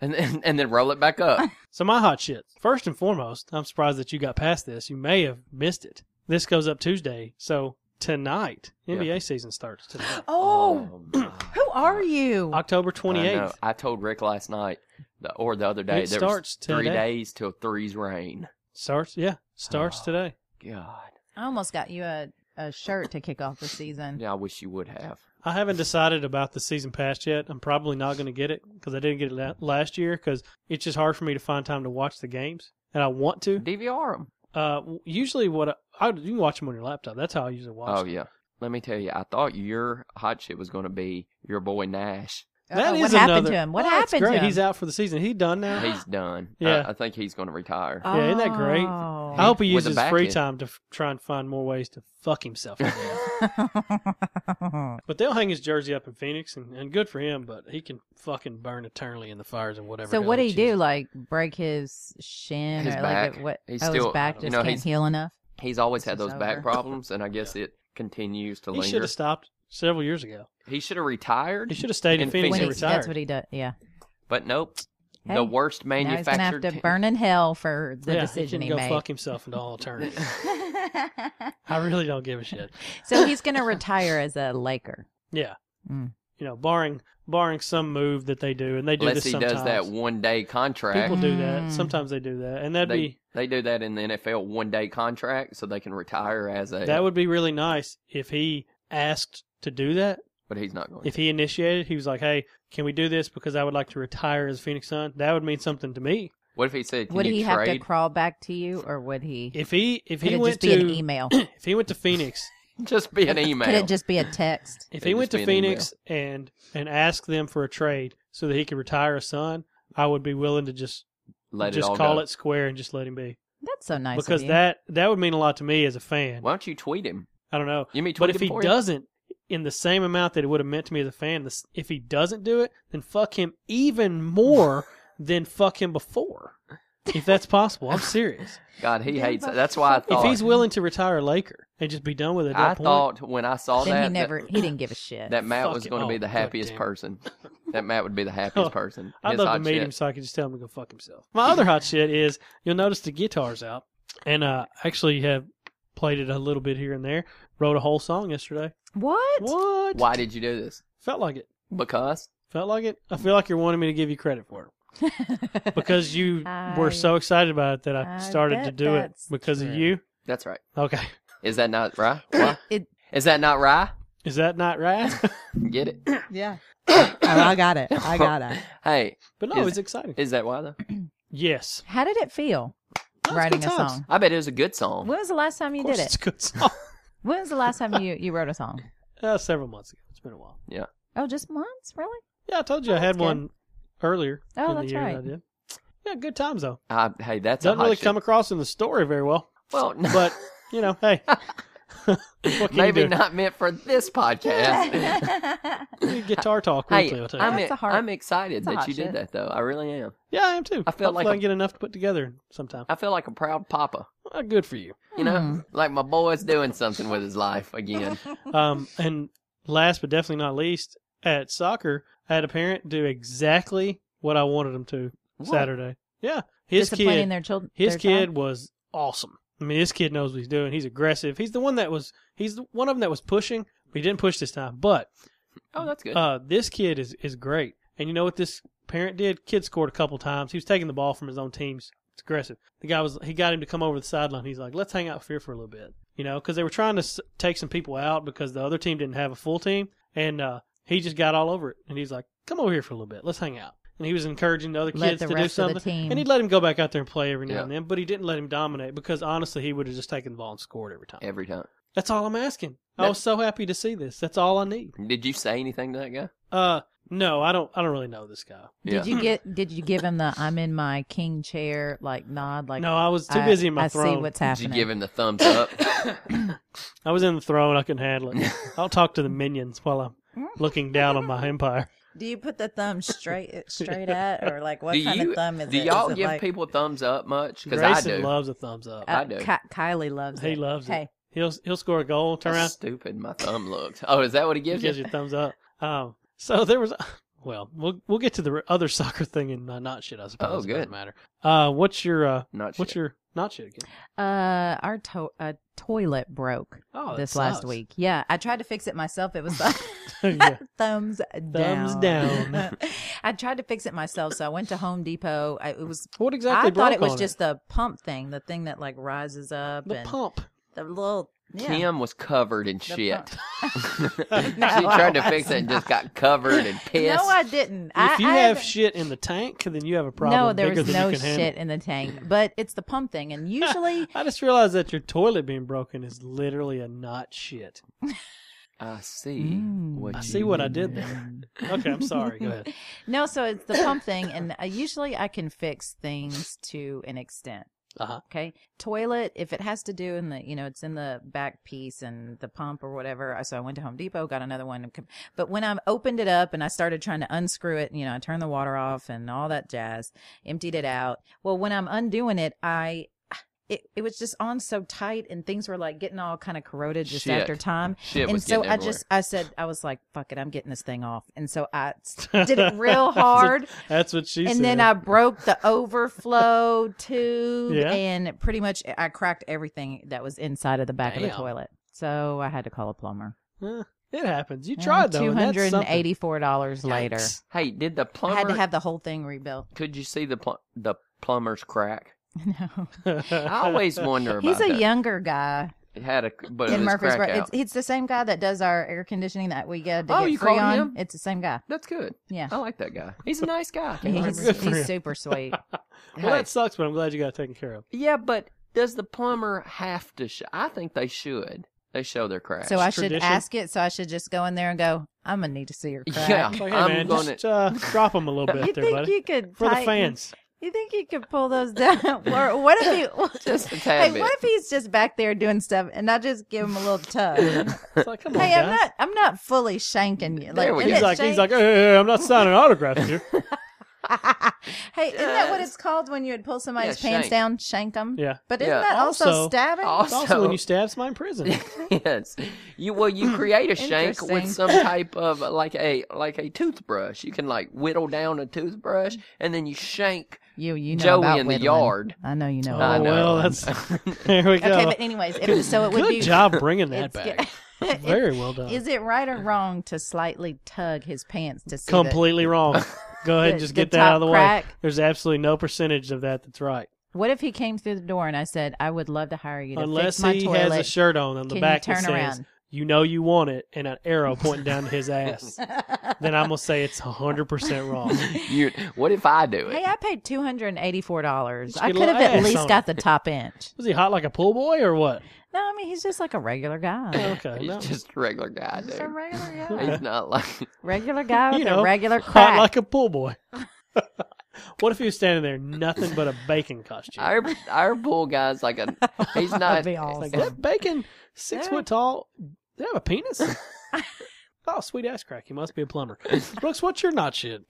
And then, [LAUGHS] and then roll it back up.
So my hot shit. First and foremost, I'm surprised that you got past this. You may have missed it. This goes up Tuesday, so tonight NBA season starts tonight,
[GASPS] Oh, [CLEARS THROAT]
[CLEARS THROAT]
my
who are you?
October
I,
28th.
know. I told Rick last night, the, or the other day,
It
there
starts
was three
today.
days till threes rain.
Starts yeah, starts
Oh.
today.
God,
I almost got you a, a shirt to kick off the season.
yeah, I wish you would have.
I haven't decided about the season pass yet. I'm probably not going to get it because I didn't get it la- last year because it's just hard for me to find time to watch the games, and I want to.
DVR them.
Uh, w- usually, what I, I you can watch them on your laptop. That's how I usually watch.
Oh
them.
yeah. Let me tell you, I thought your hot shit was going to be your boy Nash.
That is
Uh-oh, Uh, what happened
another-
to him? What
Oh, that's
happened
great.
to him?
He's out for the season. He done now.
He's done. I-
Yeah.
I, think he's going to retire.
Uh,
Yeah, isn't that great? I
Oh.
hope he
With the
uses
back
free
end.
time to f- try and find more ways to fuck himself.
[LAUGHS]
to death.
[LAUGHS]
[LAUGHS]
Oh.
but they'll hang his jersey up in Phoenix, and, and good for him. But he can fucking burn eternally in the fires and whatever.
so
hell
what did he do?
chooses.
Like break his shin
His
or like
back.
it- what?
He's
oh,
still-
his back
you
just
know,
can't
he's-
heal enough.
He's always had
This
those
is
back
over.
problems,
[LAUGHS]
and I guess it continues to
he should
linger.
have stopped several years ago.
He should have retired,
He should have stayed in
In
Phoenix
Phoenix.
and
When
retired.
that's what he does. Yeah.
but nope.
Hey,
the worst
Now he's gonna have
manufactured.
to
t-
burn in hell for the
yeah,
decision
he
he,
can go
made.
fuck himself into all eternity. [LAUGHS] I really don't give a shit.
[LAUGHS] so he's gonna retire as a Laker.
Yeah,
Mm.
you know, barring barring some move that they do, and they do
Unless
this
he
sometimes.
does that one day contract.
People do that.
Mm.
Sometimes they do that, and that'd
they,
be
they do that in the NFL one day contract so they can retire as a
that would be really nice if he asked to do that.
but he's not going
If he initiated, he was like, "Hey, can we do this? Because I would like to retire as a Phoenix Sun." That would mean something to me.
What if he said can
Would
you
he have
trade?
to crawl back to you, or would he?
If he if
could
he
it
went
just be an
to
[LAUGHS]
email?
if he went to Phoenix,
[LAUGHS] just be an email.
Could it just be a text?
if
It'd
he
just
went
be
to
an email.
Phoenix and and asked them for a trade so that he could retire a Sun, I would be willing to just
Let
just
it all
call
go.
it square and just let him be
That's so nice.
because
of you.
that that would mean a lot to me as a fan.
Why don't you tweet him?
I don't know.
You mean
But
tweet
if
him
he
for you?
doesn't, in the same amount that it would have meant to me as a fan, this, if he doesn't do it, then fuck him even
[LAUGHS]
more than fuck him
[LAUGHS]
before, if that's possible. I'm serious.
God, he
Yeah,
hates
but
that. That's why I
If
[LAUGHS] thought
he's willing to retire a Laker and just be done with it, at that
I
point,
thought when I saw
then
that
he never
that,
he didn't give a shit.
that Matt
Fuck
was
it.
going to
Oh,
be the happiest
[LAUGHS] goddamn.
person. that Matt would be the happiest person.
I'd
His
love
hot
to meet
shit.
him so I could just tell him to go fuck himself. My other hot shit is you'll notice the guitar's out, and uh, I actually have played it a little bit here and there. Wrote a whole song yesterday.
What? [LAUGHS]
What?
Why did you do this?
Felt like it.
Because
Felt like it. I feel like you're wanting me to give you credit for
[LAUGHS]
it because you
I-
were so excited about it that I,
I
started to
bet
do it
that's
because of
true.
you.
that's right.
Okay, [LAUGHS]
Is that not
[COUGHS]
right? Why?
It-
Is that not right?
is that not
[LAUGHS]
right? [LAUGHS]
Get it?
[COUGHS]
yeah. oh, I got it. I got it.
[LAUGHS] Hey,
but no,
Is-
it's exciting.
is that why though?
yes,
How did it feel
No, it's
writing
good
a
times.
song?
I bet it was a good song.
When was the last time you
Of course,
did
it's
it?
a good song. [LAUGHS]
When was the last time you, you wrote a song?
uh, several months ago. It's been a while.
Oh, just once? Really?
Yeah, I told you I had
Oh, good.
one earlier.
Oh,
in
that's
the year
right.
that I did. Yeah, good times though.
I, hey, that's a
Doesn't
hot
really
shit.
come across in the story very
[LAUGHS]
well,
Well, no,
but you know, hey,
[LAUGHS]
what can
maybe
you do?
not meant for this
[LAUGHS]
podcast.
Guitar talk weekly.
hey,
I'll tell you.
I'm,
That's a hard-
I'm excited
that's a
that
hot
you
shit.
did that though. I really am.
yeah, I am too.
I feel
Hopefully
like
I
a-
can get enough to put together sometime.
I feel like a proud papa.
Well, good for you.
You know,
Hmm.
like my boy's doing something with his life
[LAUGHS]
again.
Um, and last but definitely not least, at soccer, I had a parent do exactly what I wanted him to
What?
Saturday. Yeah, his
Disciplining
kid,
their children.
his kid was awesome. I mean, this kid knows what he's doing. He's aggressive. He's the one that was. He's the one of them that was pushing. But he didn't push this time. But
Oh, that's good.
uh, this kid is is great. And you know what this parent did? Kid scored a couple times. He was taking the ball from his own teams. It's aggressive. The guy was he got him to come over to the sideline. He's like, let's hang out here for a little bit, you know, because they were trying to s- take some people out because the other team didn't have a full team, and uh, he just got all over it. And he's like, come over here for a little bit, let's hang out. And he was encouraging the other
Let
kids
the
to do
rest of
something,
the team-
and he'd let him go back out there and play every now
Yeah.
and then. But he didn't let him dominate because honestly, he would have just taken the ball and scored every time.
Every time.
That's all I'm asking. I
That-
was so happy to see this. That's all I need.
Did you say anything to that guy?
Uh, no, I don't. I don't really know this guy.
Yeah.
Did you get? Did you give him the "I'm in my king chair" like nod? Like
no, I was too
I-
busy in my
I
throne.
see what's
Did you
happening.
give him the thumbs up?
[COUGHS]
I was in the throne. I couldn't handle
[LAUGHS]
it. I'll talk to the minions while I'm looking down on my empire.
Do you put the thumb straight uh,
[LAUGHS]
straight at, or like what
do
kind
you
of thumb is
do
it?
y'all
Is it
give
like, uh,
people thumbs up much? Because I
Grayson
do.
loves a thumbs up.
Uh,
I do.
Ki- Kylie loves
he
it.
loves
Hey.
it. He'll he'll score a goal. Turn
How
[LAUGHS]
around.
stupid my thumb looks. Oh, is that what he
He
gives
gives
you?
you a thumbs up. Um. So there was. [LAUGHS] Well, we'll we'll get to the other [LAUGHS] soccer thing in uh, not shit. I suppose.
Oh,
It doesn't
good.
matter. Uh, what's your uh,
Not
what's
shit.
your not shit again?
Uh, our to- uh, toilet broke
Oh, that
this last
sucks.
week. Yeah, I tried to fix it myself. It was
[LAUGHS]
[LAUGHS]
Yeah.
thumbs down.
Thumbs down.
[LAUGHS] I tried to fix it myself, so I went to Home Depot. I, it was.
What exactly?
[LAUGHS] I thought it
broke
was
on
just the pump thing, the thing that like rises up
the
and
pump.
the little yeah,
Kim was covered in shit.
pump.
[LAUGHS] she tried to
I
fix it and just got covered and pissed.
No, I didn't. I,
If you
I
have
haven't-
shit in the tank, then you have a problem.
no, there
bigger
was
than
no
you can handle.
shit in the tank, but it's the pump
[LAUGHS]
thing, and usually
I just realized that your toilet being broken is literally a not shit.
I see
Mm.
what
I
you
see what I did there. Okay, I'm sorry. Go
[LAUGHS]
ahead.
No, so it's the pump thing, and uh, usually I can fix things to an extent.
Uh-huh.
Okay, toilet if it has to do in the you know it's in the back piece and the pump or whatever. uh, So I went to Home Depot, got another one. and com- But when I opened it up and I started trying to unscrew it, you know, I turned the water off and all that jazz, emptied it out. Well, when I'm undoing it, I. It, it was just on so tight and things were like getting all kind of corroded just
Shit.
after time
Shit
and
was
so
getting
I
everywhere.
just I said I was like, "Fuck it, I'm getting this thing off." And so I
[LAUGHS]
s- did it real hard,
That's what she said.
and then I broke the
[LAUGHS]
overflow tube,
Yeah.
and pretty much I cracked everything that was inside of the back of
Damn.
the toilet. So I had to call a plumber.
Eh, it happens. You tried though.
two
and that's
hundred and
something.
eighty-four dollars later.
Yikes.
Hey, did the
I
plumber?
had to have the whole thing rebuilt. [LAUGHS]
could you see the pl- the plumber's crack?
No.
[LAUGHS]
I always wonder about
He's a
that.
younger guy
It had a but it
in
was
Murfreesboro.
crack
It's,
out.
it's the same guy that does our air conditioning that we get to
Oh,
get
you
free
called
on.
him? Oh,
It's the same guy.
That's good.
Yeah.
I like that guy. He's a nice guy. I can't
Yeah,
remember his
he's [LAUGHS]
Good for
he's
him.
super sweet.
well,
Hey.
that sucks, but I'm glad you got it taken care of.
Yeah, but does the plumber have to? Sh- I think they should. They show their crack.
So I should
tradition.
ask it. So I should just go in there and go. I'm gonna need to see your
[LAUGHS]
crack.
yeah,
It's like, hey
I'm
man,
gonna.
just uh, drop them a
[LAUGHS]
little bit
You
there,
think
buddy.
you could
for the
tighten-
fans.
You think you could pull those down? [LAUGHS] or what if he
Just a tad
Hey,
bit.
what if he's just back there doing stuff and I just give him a little tug? hey,
It's like, come on,
I'm
guys.
not. I'm not fully shanking you.
There we go.
isn't
He's
it
like, he's
shank? [LAUGHS]
like, hey, hey, hey, I'm not signing autographs here.
Hey, isn't that what
Just-
it's called when you would pull somebody's
Yeah,
pants
shank.
down, shank them?
Yeah.
But isn't
Yeah.
that also,
Also-
stabbing?
Also-
It's also when you stab somebody in
[LAUGHS]
prison.
[LAUGHS] yes. You well, you create a shank with
Interesting.
some type of like a like a toothbrush. You can like whittle down a toothbrush, and then you shank.
You, you know
Joey
about
in the
whittling.
yard.
I know you know.
Oh,
I
about
know.
well,
[LAUGHS]
that's [LAUGHS] there we go.
Okay, but anyways, it, so it would
Good
be
job bringing that
it's-
back.
[LAUGHS]
yeah.
Very well done.
Is it right or wrong to slightly tug his pants to see the-
Completely wrong. Go ahead and
the-
just
the
get that out
top
of the
crack?
way. There's absolutely no percentage of that that's right,
What if he came through the door and I said, "I would love to hire you to
unless
fix my
he
toilet"?
has a shirt on on the
Can you
back
turn
that says
around?
"You know you want it" and an arrow pointing down to his ass. then I'm gonna say it's hundred percent
[LAUGHS]
wrong.
You, what if I do it?
Hey, I paid two hundred and eighty-four dollars.
Just
I
get a
could have
little
at
ass
least
on
got the top inch.
Was he hot like a pool boy or what?
No, I mean he's just like a
[LAUGHS]
regular guy.
Okay,
He's
no.
just a regular guy,
Just a
dude.
regular
[LAUGHS]
guy. [LAUGHS]
He's not like
Regular guy with
You know,
a regular
hot
crack.
like a pool
[LAUGHS]
boy. [LAUGHS] what if he was standing there, nothing but a bacon costume?
our our bull guy's like a. He's not.
[LAUGHS]
[LAUGHS]
That'd be
Like
awesome.
Um,
that bacon, six
Yeah.
foot tall. They have
[LAUGHS]
a penis. oh, sweet ass crack. He must be a plumber. Brooks, what's your not shit?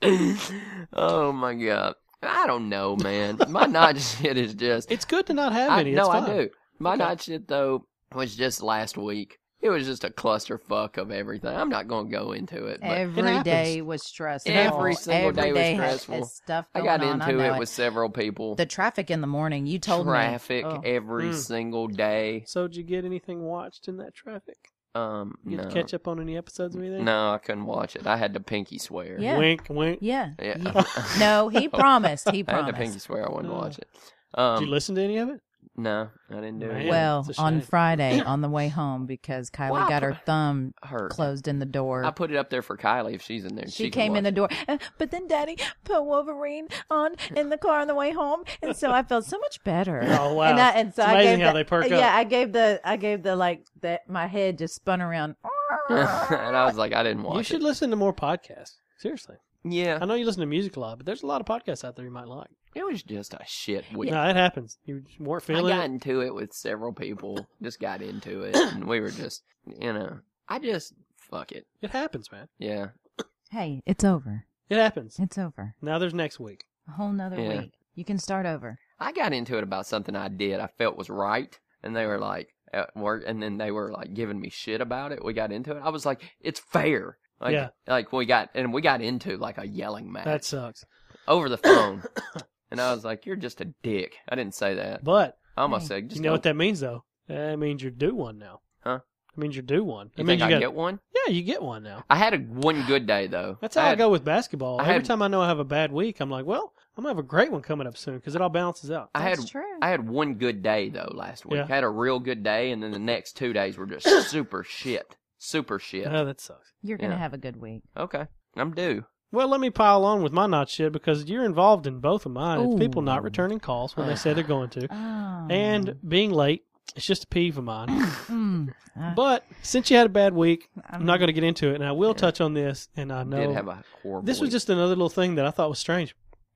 oh my god! I don't know, man. My not [LAUGHS] shit is just.
It's good to not have
I,
any.
no,
it's
I
fine.
do. My
Okay.
night shit though was just last week. It was just a clusterfuck of everything. I'm not gonna go into it. But
Every
happens.
day was stressful.
Every single day was
had- had
stressful.
stuff
I
going
got
on,
into
I know
it with several people.
the traffic in the morning. You told
traffic e-
me Oh.
every
Mm.
single day.
So, did you get anything watched in that traffic?
Um,
You
no,
get to catch up on any episodes or anything?
no, I couldn't watch it. I had to pinky swear.
Yeah.
Wink, wink.
Yeah.
Yeah. [LAUGHS] Oh.
You- [LAUGHS] no, Uh. he promised. He
I had to pinky
promised.
swear I wouldn't
Oh.
watch it. Um,
Did you listen to any of it?
No, I didn't do
Man.
it.
Well,
It's a
on
shame. [COUGHS]
Friday on the way home because Kylie
Well, I
got her
put-
thumb
her.
closed in the door.
I put it up there for Kylie if she's in there.
she,
She, can
came in the
watch
door, "Uh, but then Daddy put Wolverine on in the car on the way home, and so I felt so much better.
[LAUGHS] Oh, wow.
And, I, and so
It's
I
amazing
gave
how
the-
they perk
yeah,
up.
I gave the I gave the like that. My head just
[LAUGHS]
spun around.
it. [LAUGHS] and I was like, I didn't watch
You should
it.
listen to more podcasts. Seriously. I
Yeah,
know you listen to music a lot, but there's a lot of podcasts out there you might like.
it was just a shit week.
No, it happens. You just weren't
I
feeling
got
it.
into it with several people. Just got into
[COUGHS]
it, and we were just, you know, I just fuck it.
It happens, man.
Yeah,
hey, it's over.
It
[LAUGHS]
happens.
It's over.
Now there's next week.
A whole nother
Yeah.
week. You can start over.
I got into it about something I did I felt was right, and they were like at work, and then they were like giving me shit about it. We got into it. I was like, it's fair. Like,
Yeah.
like we got and we got into like a yelling match
That sucks.
over the phone,
[COUGHS]
and I was like, "You're just a dick." I didn't say that.
But
I almost
Hey.
said, "Just
you know
go-
what that means, though? That means you're due one now.
Huh?
That means you're due one. That
You
means
think
you
I
got-
get one?
Yeah, you get one now.
I had a one good day though.
That's how I,
had-
go with basketball.
I
Every
had-
time I know I have a bad week, I'm like, well, I'm gonna have a great one coming up soon because it all balances out.
I had
That's true.
I had one good day though last week.
Yeah.
I had a real good day, and then the next two days were
[COUGHS]
just super shit, super shit.
Oh, that sucks.
You're gonna
Yeah.
have a good week.
okay, I'm due.
Well, let me pile on with my not shit because you're involved in both of mine. It's people not
Ooh.
returning calls when they say they're going
[SIGHS]
to,
Oh.
and being late. It's just a peeve of mine.
Mm. Uh,
But since you had a bad week, I'm
I'm-
not going to get into it, and I will touch on this. And I know
Did have a horrible.
This was
week.
just another little thing that I thought was strange.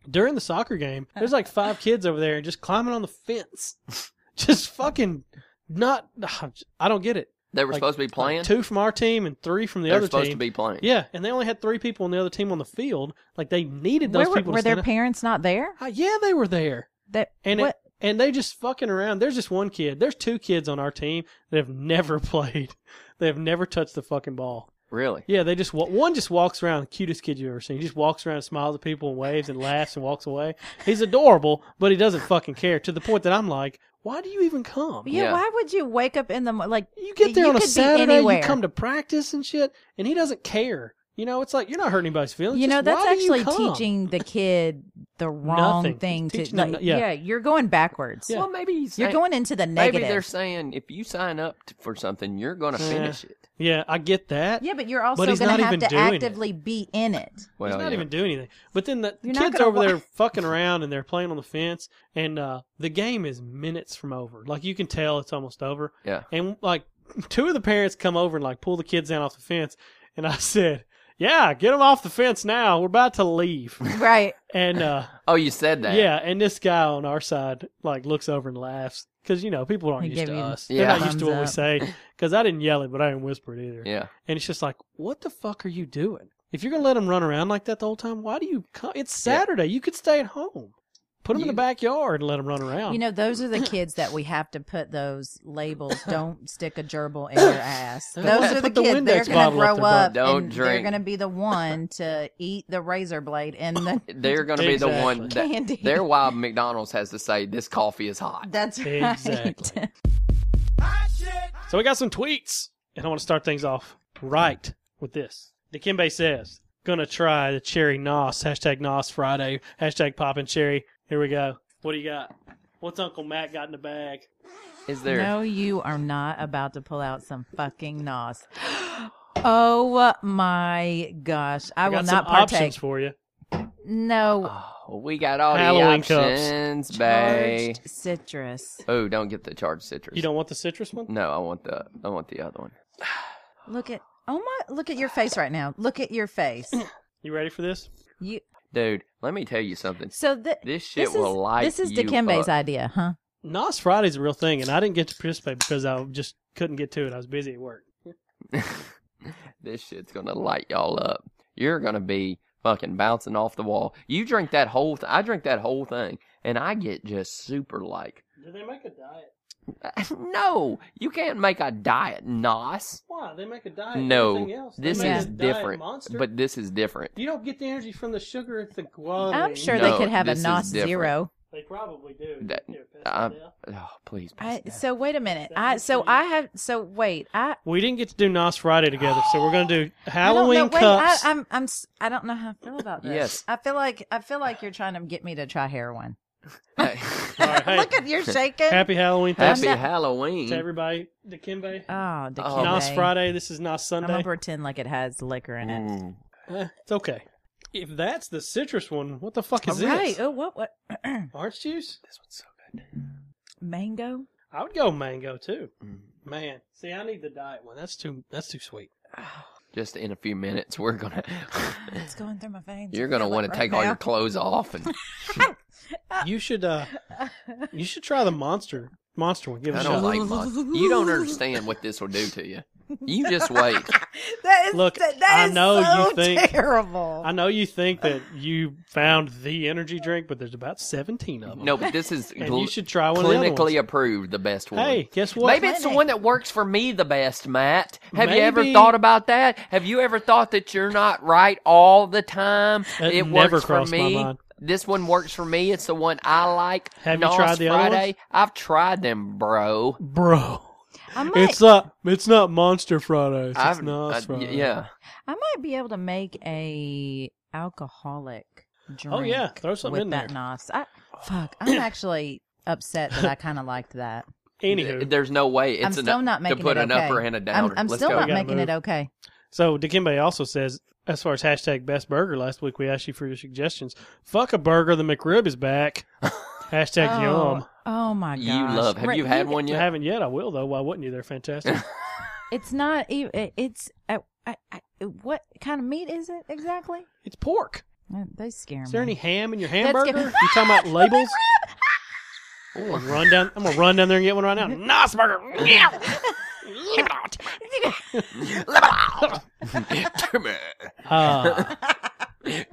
During the soccer game,
[LAUGHS]
there's like five kids over there just climbing on the fence. [LAUGHS] Just fucking not. [SIGHS] I don't get it.
they were
like-
supposed to be playing.
Like, two from our team and three from the
they were
other
supposed
team.
to be playing.
Yeah, and they only had three people on the other team on the field. Like they needed those
Where were,
people. to
were
stand
their
up.
parents not there?
Uh, yeah, they were there,
That
and
what?
it, and they just fucking around. There's just one kid. There's two kids on our team that have never [LAUGHS] played. They have never touched the fucking ball.
Really?
Yeah, they just wa- one just walks around, the cutest kid you've ever seen. He just walks around, smiles at people, and waves and laughs and walks away. He's adorable, but he doesn't fucking care to the point that I'm like, why do you even come?
Yeah,
Yeah.
why would you wake up in the mo- like?
You get there
you
on a
could be
Saturday, you
anywhere.
come to practice and shit, and he doesn't care. You know, it's like you're not hurting anybody's feelings.
You know
Just,
that's
why do you
actually
come? [LAUGHS]
teaching the kid the wrong
Nothing.
thing to.
Teaching them
like,
no- yeah.
yeah. you're going backwards.
Yeah.
Well, maybe he's
You're
saying-
going into the
Maybe
negative.
they're saying if you sign up t- for something, you're going to
Yeah.
finish it.
Yeah, I get that.
yeah, but you're also
he's
going
not
to have
even
to
doing it.
actively be in
[LAUGHS]
it.
Well,
He's not
yeah.
even doing anything. But then the
You're not
kids
gonna
over
wa-
there [LAUGHS] fucking around and they're playing on the fence, and uh, the game is minutes from over. Like you can tell it's almost over.
Yeah.
And like [LAUGHS] two of the parents come over and like pull the kids down off the fence, and I [LAUGHS] said, "Yeah, get them off the fence now. We're about to leave."
Right.
and
[LAUGHS]
uh,
Oh, you said that.
yeah, and this guy on our side like looks over and laughs because you know people aren't
He
used
gave
to
you
us.
Yeah.
They're not used to
thumbs
what we
up.
say. Because I didn't yell it, but I didn't whisper it either.
Yeah.
And it's just like, what the fuck are you doing? If you're gonna let them run around like that the whole time, why do you come? It's Saturday. You could stay at home. Put them in
You-
the backyard and let them run around.
You know, those are the kids that we have to put those
[LAUGHS]
labels. Don't stick a gerbil in their ass.
Don't
Those are the
put the
kids. They're
Windex
going to
bottle up
grow
their butt.
up.
Don't
and They're
drink.
going to be the one to eat the razor blade
[LAUGHS]
and the
They're going to be the one that
Exactly. Candy.
[LAUGHS] their wild McDonald's has to say this coffee is hot.
That's right. [LAUGHS]
Exactly. so we got some tweets, and I want to start things off right with this. Dikembe says, "Gonna try the cherry nos hashtag nos Friday hashtag poppin' cherry." Here we go. What do you got? What's Uncle Matt got in the bag?
Is there?
No, you are not about to pull out some fucking nos. [GASPS] Oh my gosh. I,
I
will
got
not
some
partake.
options for you.
No
Oh, we got all
Halloween
the
cups.
options, bae.
charged citrus.
Oh, don't get the charged citrus.
You don't want the citrus
Mm.
one?
No, I want the I want the other one.
Look at
Oh my!
look at your face right now. Look at
[LAUGHS]
your face.
You ready for this?
You
Dude, let me tell you something.
so that
This shit
this is
will light
this is
you
Dikembe's
up.
idea, huh?
Nos Friday's a real thing, and I didn't get to participate because I just couldn't get to it. I was busy at work.
[LAUGHS] This shit's gonna light y'all up. You're gonna be fucking bouncing off the wall. You drink that whole. Th- I drink that whole thing, and I get just super like. [LAUGHS]
Do they make a diet?
no, you can't make a diet, Nos.
Why? They make a diet. everything
No,
else. They
this
make
is
a diet
different.
monster.
But this is different.
You don't get the energy from the sugar at the guava.
I'm sure
No,
they could have a
this is
nos
different.
zero.
They probably do.
That-
They're pissed
I'm-
off.
Oh, please.
I,
pass [LAUGHS] it down.
so wait a minute.
That
I
is
so
pretty-
I have so wait. I
we didn't get to do Nos Friday together, so we're gonna do
I don't
Halloween
know, wait,
cups.
I, I'm I'm s- I don't know how I feel about this.
Yes.
I feel like I feel like you're trying to get me to try heroin.
All right, hey,
Look at you're shaking.
happy Halloween
Happy
not-
to
Halloween.
everybody. Dikembe.
Oh, the
Oh.
Kimbe.
Nos Friday. This is Nos
I'm gonna
Sunday.
pretend like it has liquor in it.
Mm.
Eh, [LAUGHS] it's okay. If that's the citrus one, what the fuck is
All right.
this?
Oh, what [CLEARS THROAT] what
Orange juice?
This one's so good.
mango?
I would go mango too.
Mm.
Man, see, I need the diet one. That's too. That's too sweet.
Just in a few minutes, we're gonna. [LAUGHS]
It's going through my veins.
You're gonna want to take all your clothes off and
You should. uh You should try the monster. Monster one. Give it
I
a
don't
shot.
like mine. You don't understand what this will do to you. You just wait.
[LAUGHS] That is
Look,
that, that
I
is
know
so
you think-
terrible.
I know you think that you found the energy drink, but there's about 17 of them.
No, but this is
And
gl-
you should try one of the other
clinically
ones.
approved, the best one.
Hey, guess what?
Maybe it's the one that works for me the best, Matt. Have you ever
Maybe.
thought about that? Have you ever thought that you're not right all the time?
That
it
never
works for
crossed my
me.
mind.
This one works for me. It's the one I like.
Have you
Nos
tried the other
Friday.
ones?
I've tried them, bro.
Bro.
I might
It's not. It's not Monster Fridays. It's
I've
not
I-
Friday.
yeah.
I might be able to make a alcoholic drink.
Oh, yeah. Throw something
with
in
that
there.
nos. I,
[CLEARS THROAT]
fuck, I'm actually upset that I kind of liked that.
Anywho,
Th- There's no way it's
I'm
an-
still not making
to put
it
an
okay.
upper and a
I'm,
downer.
I'm
Let's
still
go.
not
We gotta
making it
move.
okay.
so Dikembe also says, as far as hashtag best burger last week, we asked you for your suggestions. Fuck a burger. The McRib
[LAUGHS]
is back. hashtag
oh,
yum.
Oh my gosh.
You love. Have
Right,
you had one
I
yet?
haven't yet. I will though. Why wouldn't you? They're fantastic.
It's not even. It's I, I, I, what kind of meat is it exactly?
it's pork.
Uh, They scare me.
Is there any ham in your
Let's get-
hamburger? You talking
[LAUGHS]
about labels? I'm gonna run down. I'm gonna run down there and get one right now.
[LAUGHS]
Nice burger.
[LAUGHS] Timmy,
Uh,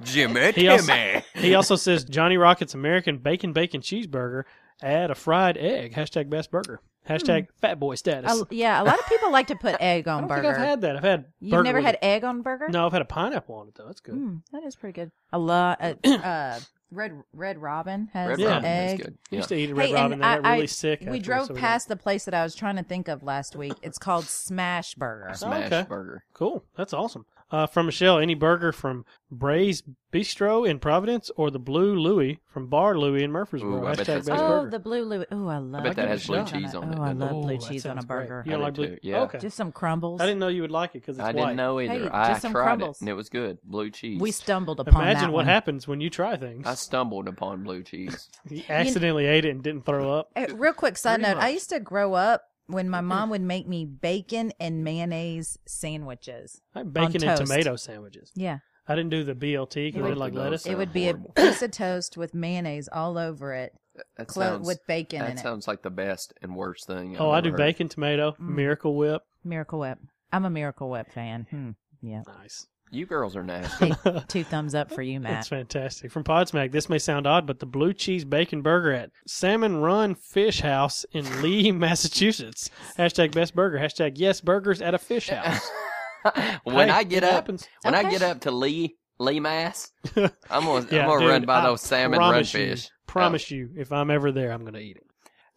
Jimmy,
He also-
Timmy.
He also says Johnny Rocket's American Bacon Bacon Cheeseburger. Add a fried egg. Hashtag best burger. Hashtag fat boy status.
Hmm. I- yeah, a lot of people like to put egg
[LAUGHS] I
on
don't
burger.
think I've had that. I've had
You've
burger
never
with
had
it.
egg on burger?
No, I've had a pineapple on it though. That's good.
Mm, that is pretty good. A lot. Uh,
[CLEARS THROAT]
uh, Red Red Robin has
Red
Yeah.
Robin is
egg.
good.
I
Yeah.
used to eat a
Hey,
red
and
robin. They
I-
got really
I-
sick.
We
afterwards,
drove
so we
past the place that I was trying to think of last week. It's called Smash Burger.
Smash
okay.
burger.
got- Cool. That's awesome. Uh, from Michelle, any burger from Bray's Bistro in Providence or the Blue Louie from Bar Louie in Murfreesboro?
Ooh, I bet
Hashtag
that's
best
good.
Oh,
burger.
the blue Louis. Ooh, I love.
bet that has blue
on a-
cheese on it,
Oh, I
doesn't it?
love blue
Ooh, that
cheese on a
sounds great.
burger.
You don't
I
like
do
blue?
too, yeah.
Okay.
Just some crumbles.
I didn't know you would like it because it's
I
white.
didn't know either.
Hey,
I
just some
tried
crumbles.
it and it was good. Blue cheese.
We stumbled upon that
Imagine what
one.
happens when you try things.
I stumbled upon blue
[LAUGHS]
cheese.
You accidentally ate it and didn't throw up.
Uh, Real quick side
Pretty
note: I
much.
used to grow up when my mom would make me bacon and mayonnaise sandwiches.
Like bacon and
toast.
tomato sandwiches.
Yeah,
I didn't do the BLT
Both
because I
of
like
those
lettuce.
sound
it would be a
horrible.
piece of toast with mayonnaise all over it,
That
clo-
sounds
with bacon
that
in it.
sounds like the best and worst thing. I've
Oh, I
ever
do
heard.
Mm.
bacon, tomato, Miracle Whip.
Miracle Whip. I'm a Miracle Whip fan. Hmm. Yeah.
Nice.
You girls are
[LAUGHS]
nasty. [LAUGHS]
Big two thumbs up for you,
That's
Matt.
fantastic. From Podsmack, this may sound odd, but the blue cheese bacon burger at Salmon Run Fish House
[LAUGHS]
in Lee, Massachusetts. Hashtag best burger. Hashtag yes burgers at a fish house.
[LAUGHS] when
Hey,
I get
it
up,
happens.
when I
Okay.
get up to Lee Lee
[LAUGHS]
Mass, I'm gonna
Yeah,
I'm gonna
dude,
run by
I
those salmon run
promise you-
fish.
Promise you, if I'm ever there, I'm going to eat it.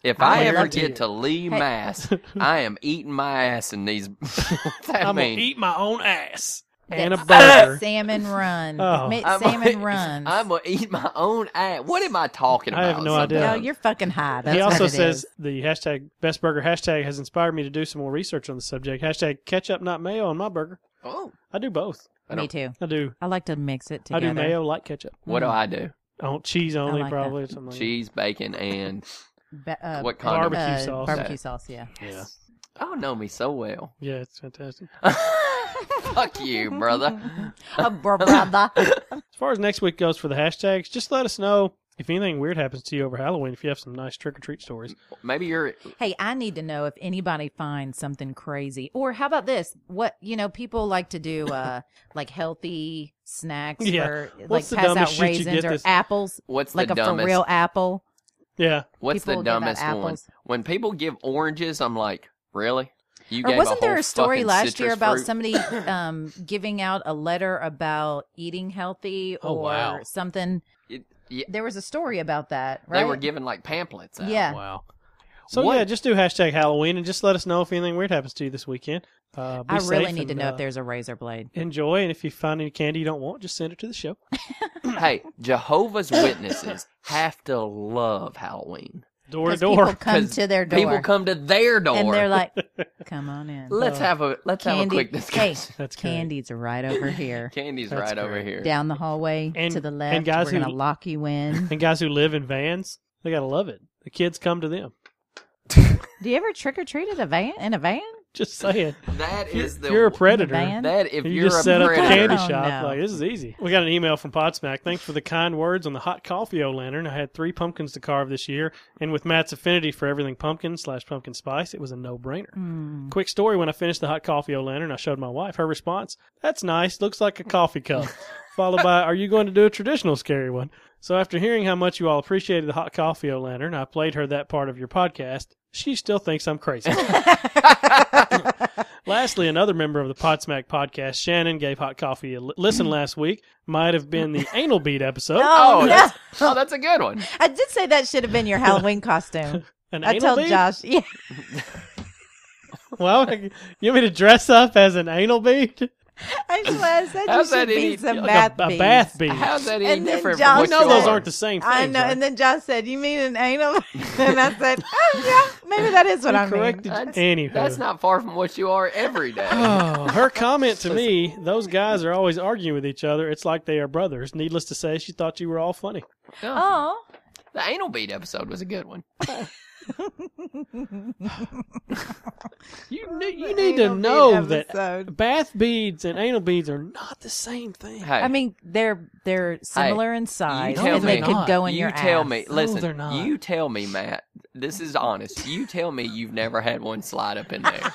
If
I
I ever
guarantee
get
it.
to Lee
[LAUGHS]
Mass, I am eating my ass in these. [LAUGHS] I
I'm going
mean,
to eat my own ass
[LAUGHS]
and a
That's-
burger.
Salmon run.
Oh.
Admit
I'm [LAUGHS]
salmon
gonna-
runs.
I'm gonna eat my own ass. What am I talking
I
about?
have no idea.
No,
sometimes?
you're fucking high. That's
he also
what it
says
is.
the hashtag best burger hashtag has inspired me to do some more research on the subject. Hashtag ketchup, not mayo on my burger.
Oh,
I do both.
I
Me
don't-
too.
I do.
I like to mix it
I
together.
do mayo like ketchup.
what do I do?
Oh, cheese only,
like that.
probably. or Something like that.
Cheese, bacon, and [LAUGHS]
Ba- uh,
What
uh,
condiment?
Barbecue sauce.
Barbecue sauce, yeah.
Yeah.
oh, know me so well. [LAUGHS]
Yeah, it's fantastic.
Fuck you,
[LAUGHS]
brother.
A br- Oh, brother.
[LAUGHS]
As far as next week goes for the hashtags, just let us know if anything weird happens to you over Halloween, if you have some nice trick or treat stories.
Maybe you're
hey, I need to know if anybody finds something crazy. Or how about this? What, you know, people like
[LAUGHS]
to do uh like healthy snacks
Yeah.
or
What's the
like pass
dumbest
out
shit you
raisins
get
or
this-
apples.
what's
Like
the
a
dumbest?
for real apple.
Yeah.
what's the
people give out
dumbest one?
apples.
When people give oranges, I'm like, really? You
Or
gave
wasn't there
whole
a story
fucking
last
citrus
year about
fruit? [LAUGHS]
somebody um, giving out a letter about eating healthy
Oh,
or
wow.
something?
It- yeah,
There was a story about that, right?
They were giving like pamphlets. Out.
yeah.
Wow. So
What-
yeah, just do hashtag Halloween and just let us know if anything weird happens to you this weekend. Uh, be
I
safe
really need to
and,
know
uh,
if there's a razor blade.
enjoy and if you find any candy you don't want, just send it to the
[LAUGHS]
show.
Hey,
[COUGHS]
Jehovah's Witnesses have to love Halloween.
Door to
'Cause people
door.
come
[LAUGHS] 'Cause
to their door,
People come to their door
and they're like, "Come on in,
let's have a let's have a
Candy-
quick
hey,
discussion.
[LAUGHS]
[LAUGHS]
That's great.
candy's right over [LAUGHS] here,
Candy's
That's
right over
great.
here.
down the hallway
And-
to the
and
left.
guys
we're gonna
who-
lock you
[LAUGHS]
in."
And guys who live in vans, they gotta love it. The kids come to them.
Do you ever trick or treat at a van? In a van?
Just saying.
That
If
is the
you're a predator.
van?
that if
You
you're
just
a
set up the
predator.
candy
[LAUGHS] Oh,
shop.
no.
Like this is easy. We got an email from Podsmack. Thanks for the kind words on the hot coffee o lantern. I had three pumpkins to carve this year, and with Matt's affinity for everything pumpkin slash pumpkin spice, it was a no brainer.
Hmm.
Quick story: When I finished the hot coffee o lantern, I showed my wife. Her response: "That's nice. Looks like a coffee
[LAUGHS]
cup." Followed by, "Are you going to do a traditional scary one?" So after hearing how much you all appreciated the hot coffee o lantern, I played her that part of your podcast. She still thinks I'm
[LAUGHS]
crazy. Lastly, another member of the Podsmack podcast, Shannon, gave Hot Coffee a li- listen last week. Might have been the anal bead episode.
Oh,
no.
that's, oh, that's a good
[LAUGHS]
one.
I did say that should have been your Halloween
[LAUGHS]
costume.
An
I
anal
told
bead?
Josh, yeah, [LAUGHS]
Well, [LAUGHS] you want me to dress up as an anal bead?
I swear I said
How's
you
that
should be
any-
some
like a-
Like
bath
a, a
beads.
bath bead.
How's that any
And then
different
Josh
from
you
what
know
said-
you
those
are?
aren't the same things.
[LAUGHS] I know.
right?
And then Josh said, "You mean an anal?" [LAUGHS] and I said, "Oh yeah, maybe that is what I mean."
corrected.
That's,
Anywho.
that's not far from what you are every day.
Oh, her comment to me, those guys are always arguing with each other. It's like they are brothers. Needless to say, she thought you were all funny.
[LAUGHS] Oh,
the anal bead episode was a good one.
You, kn- you need to
anal bead
know that
episode.
bath beads and anal beads are not the same thing.
Hey,
I mean, they're they're similar in size,
tell
and they
me.
could go in
you
your
tell
ass.
me. Listen,
they're not.
you tell me, Matt. This is honest. You tell me you've never had one slide up in there.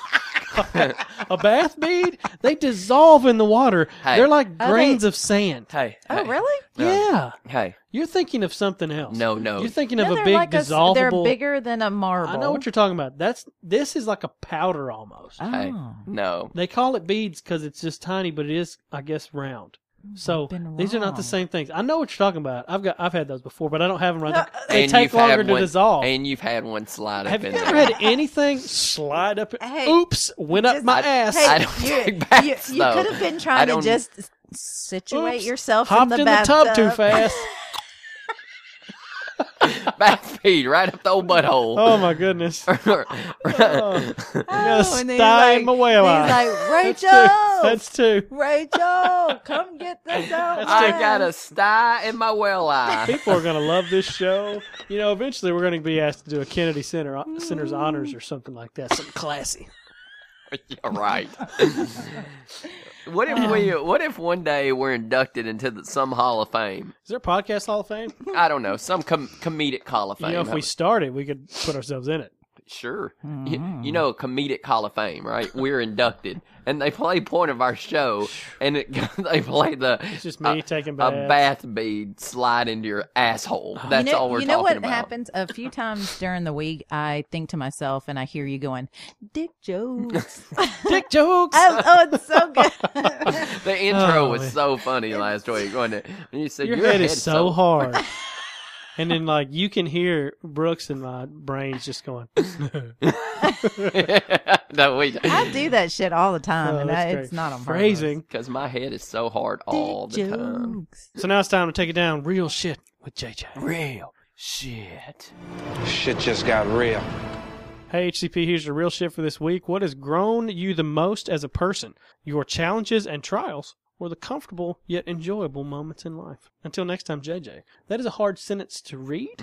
[LAUGHS]
[LAUGHS]
a bath bead, they dissolve in the water.
Hey.
They're like
Are
grains of sand.
hey.
Oh,
hey,
really?
Yeah.
Hey.
You're thinking of something else.
No, no.
You're thinking
No,
of a
they're
big
like a s-
dissolvable.
they're bigger than a marble.
I know what you're talking about. That's this is like a powder almost.
Hey.
Oh.
No.
They call it beads because it's just tiny, but it is, I guess, round. So
Mm, been
these are not the
wrong.
same things. I know what you're talking about. I've got I've had those before, but I don't have them right now. They
And
take
you've had
longer to
one-
dissolve.
And you've had one slide up
have you
in
ever
there.
had anything slide up?
Hey,
oops, went up
just-
my
I-
ass.
I don't
you,
take baths,
you, you
though.
could have been
I
trying to
don't-
just s- situate
Oops,
yourself
hopped
in the,
in the tub too
bathtub. [LAUGHS]
fast.
[LAUGHS] Back feet right up the old [LAUGHS] butthole.
Oh my goodness. Oh,
Oh,
yes,
and then
time
he's like,
away alive. [LAUGHS]
He's like, Rachel,
That's two. [LAUGHS]
Rachel, come get this out.
I got a sty in my well eye.
People are gonna love this show. You know, eventually we're gonna be asked to do a Kennedy Center uh, Center's honors or something like that. Something classy.
You're right. [LAUGHS] what if we? What if one day we're inducted into the, some Hall of Fame?
Is there a podcast Hall of Fame?
I don't know, some com- comedic Hall of Fame.
You know, if we started, we could put ourselves in it.
Sure. You-
Hmm.
Mhm.
You, know, comedic Hall of Fame, right? We're inducted, and they play point of our show, and it, [LAUGHS] they play the
It's just me
a,
taking baths. Oh.
a bath bead slide into your asshole. That's
you know,
all we're
you know
talking
what
about.
happens a few times during the week i think to myself and i hear you going dick
[LAUGHS]
jokes [LAUGHS]
Dick jokes.
Oh, oh, it's
[LAUGHS]
so good.
The intro
Oh,
was
man.
so funny last week, wasn't it? And you said
Your,
your,
head, is so
hard.
hard. and then like you can hear Brooks in my brain's just going.
[LAUGHS] no, we
[LAUGHS] i do that shit all the time
Oh,
and
that's
I,
great.
it's not on purpose.
Phrasing.
because my head is so hard
dick
all the time.
jokes
So now it's time to take it down. Real shit with JJ.
Real shit.
Shit just got real.
Hey HCP, here's your real shit for this week. What has grown you the most as a person? Your challenges and trials, or the comfortable yet enjoyable moments in life? Until next time, JJ. That is a hard sentence
[LAUGHS]
to read,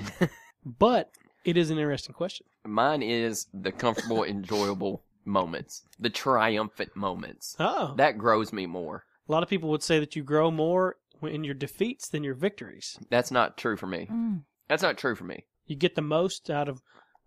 but it is an interesting question.
Mine is the comfortable, enjoyable moments, the triumphant moments.
Oh,
That grows me more.
a lot of people would say that you grow more in your defeats than your victories.
That's not true for me.
Mm.
That's not true for me.
You get the most out of, of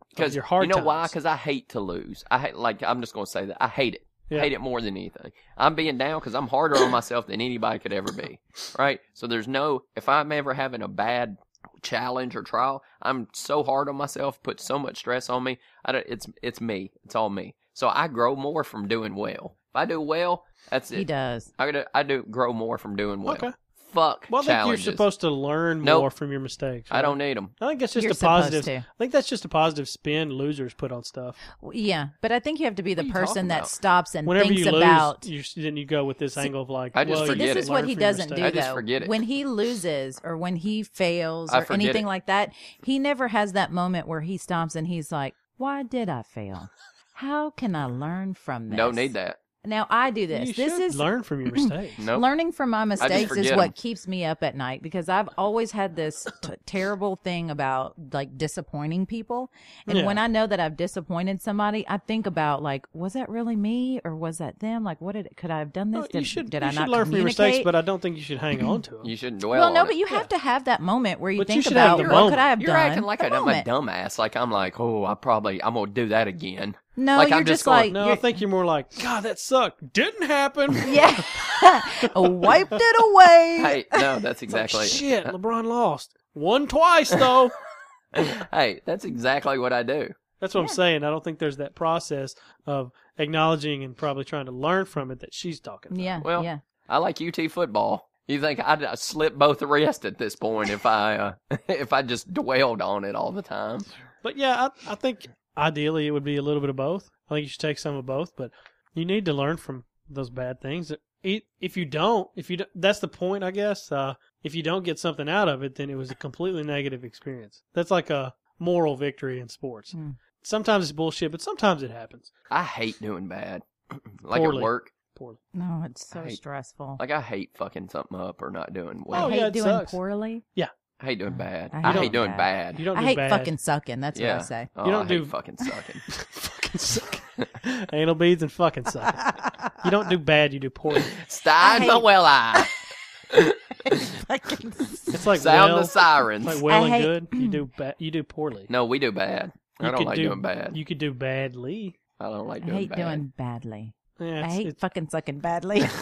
Because
your hard
you know why?
times.
Because I hate to lose. I hate, like I'm just gonna say that I hate it. I
Yeah.
Hate it more than anything. I'm being down because I'm harder on myself than anybody could ever
[LAUGHS]
be. Right? So there's no if I'm ever having a bad challenge or trial, I'm so hard on myself, put so much stress on me. I don't, it's it's me. It's all me. So I grow more from doing well. If I do well, that's
he
it.
does
I gotta, I do grow more from doing well.
Okay.
Fuck
Well, I think you're
challenges.
supposed to learn
Nope.
more from your mistakes.
I
right?
don't need them.
I think that's just
You're
a positive.
supposed to.
I think that's just a positive spin losers put on stuff.
Well, yeah but i think you have to be the
What are you
person
talking
that
about?
stops and
Whenever
thinks
you
about
lose, you, then you go with this angle of like,
I just
well,
See,
forget
this
it.
is what
Learn
he
from your
doesn't do
I
mistakes.
just
though.
forget it.
When he loses or when he fails
I
or
forget
anything
it.
like that, he never has that moment where he stops and he's like, "Why did I fail? How can I learn from this?"
Don't need that.
Now I do
You
this. This
should
is
learn
[CLEARS THROAT]
from your mistakes.
No.
learning from my mistakes is
forget 'em.
what keeps me up at night because I've always had this t- terrible thing about like disappointing people. And
Yeah.
when I know that I've disappointed somebody, I think about like, was that really me or was that them? Like, what did could I have done this?
No,
did
you should,
did
you
I
should
not
learn from your mistakes,
communicate?
but I don't think you should hang on to them.
You shouldn't dwell.
Well, no,
on it.
but you have to have that moment where you
But you
think
should have the
about what
moment.
could I have
You're
done.
acting like
The
a, I'm a
moment.
dumbass. Like I'm like, oh, I probably I'm gonna do that again.
No,
Like,
you're
I'm
just,
just
like
going,
no, I
[LAUGHS] you're-
think you're more like, God, that sucked. Didn't happen.
yeah, [LAUGHS] wiped it away.
[LAUGHS]
Hey, no, that's [LAUGHS] exactly.
Like, Shit, LeBron lost. Won twice though.
[LAUGHS] hey, that's exactly what I do.
That's what I'm saying. I don't think there's that process of acknowledging and probably trying to learn from it that she's talking about.
yeah,
Well,
yeah.
I like UT football. You think I'd uh, slip both wrists at this point if I uh, [LAUGHS] if I just dwelled on it all the time?
But yeah, I, I think ideally it would be a little bit of both. I think you should take some of both, but you need to learn from those bad things. It- If you don't, if you don't, that's the point, I guess. Uh, if you don't get something out of it, then it was a completely negative experience. That's like a moral victory in sports.
Mm.
Sometimes it's bullshit, but sometimes it happens.
I hate doing bad. [CLEARS THROAT] like
Poorly.
at work,
Poorly.
No, it's so
I-
stressful.
like I hate fucking something up or not doing
I
well.
Oh,
hate
yeah, it
doing
sucks.
poorly.
I hate doing bad.
I
I
hate
hate doing bad.
You don't.
I
do
hate
bad.
fucking [LAUGHS] sucking. That's
yeah.
what I
[LAUGHS]
say.
Oh,
You don't
I hate
do- [LAUGHS]
fucking sucking.
fucking suck. [LAUGHS] anal beads and fucking suck. you don't do bad, you do poorly.
Stein
hate-
the well eye.
Fucking
It's [LAUGHS] like
Sound
well, [LAUGHS]
the sirens.
like well
I
and
hate-
good. You
[CLEARS THROAT]
do bad. You do poorly.
no, we do bad.
You
I don't
could
like
do-
doing bad.
You could do badly.
I don't like
I
doing
hate
bad.
doing badly.
Yeah,
I
it's-
hate
it's-
fucking sucking
[LAUGHS]
badly. [LAUGHS]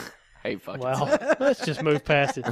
Hey, fucking.
Well, [LAUGHS] let's just move
[LAUGHS]
past it.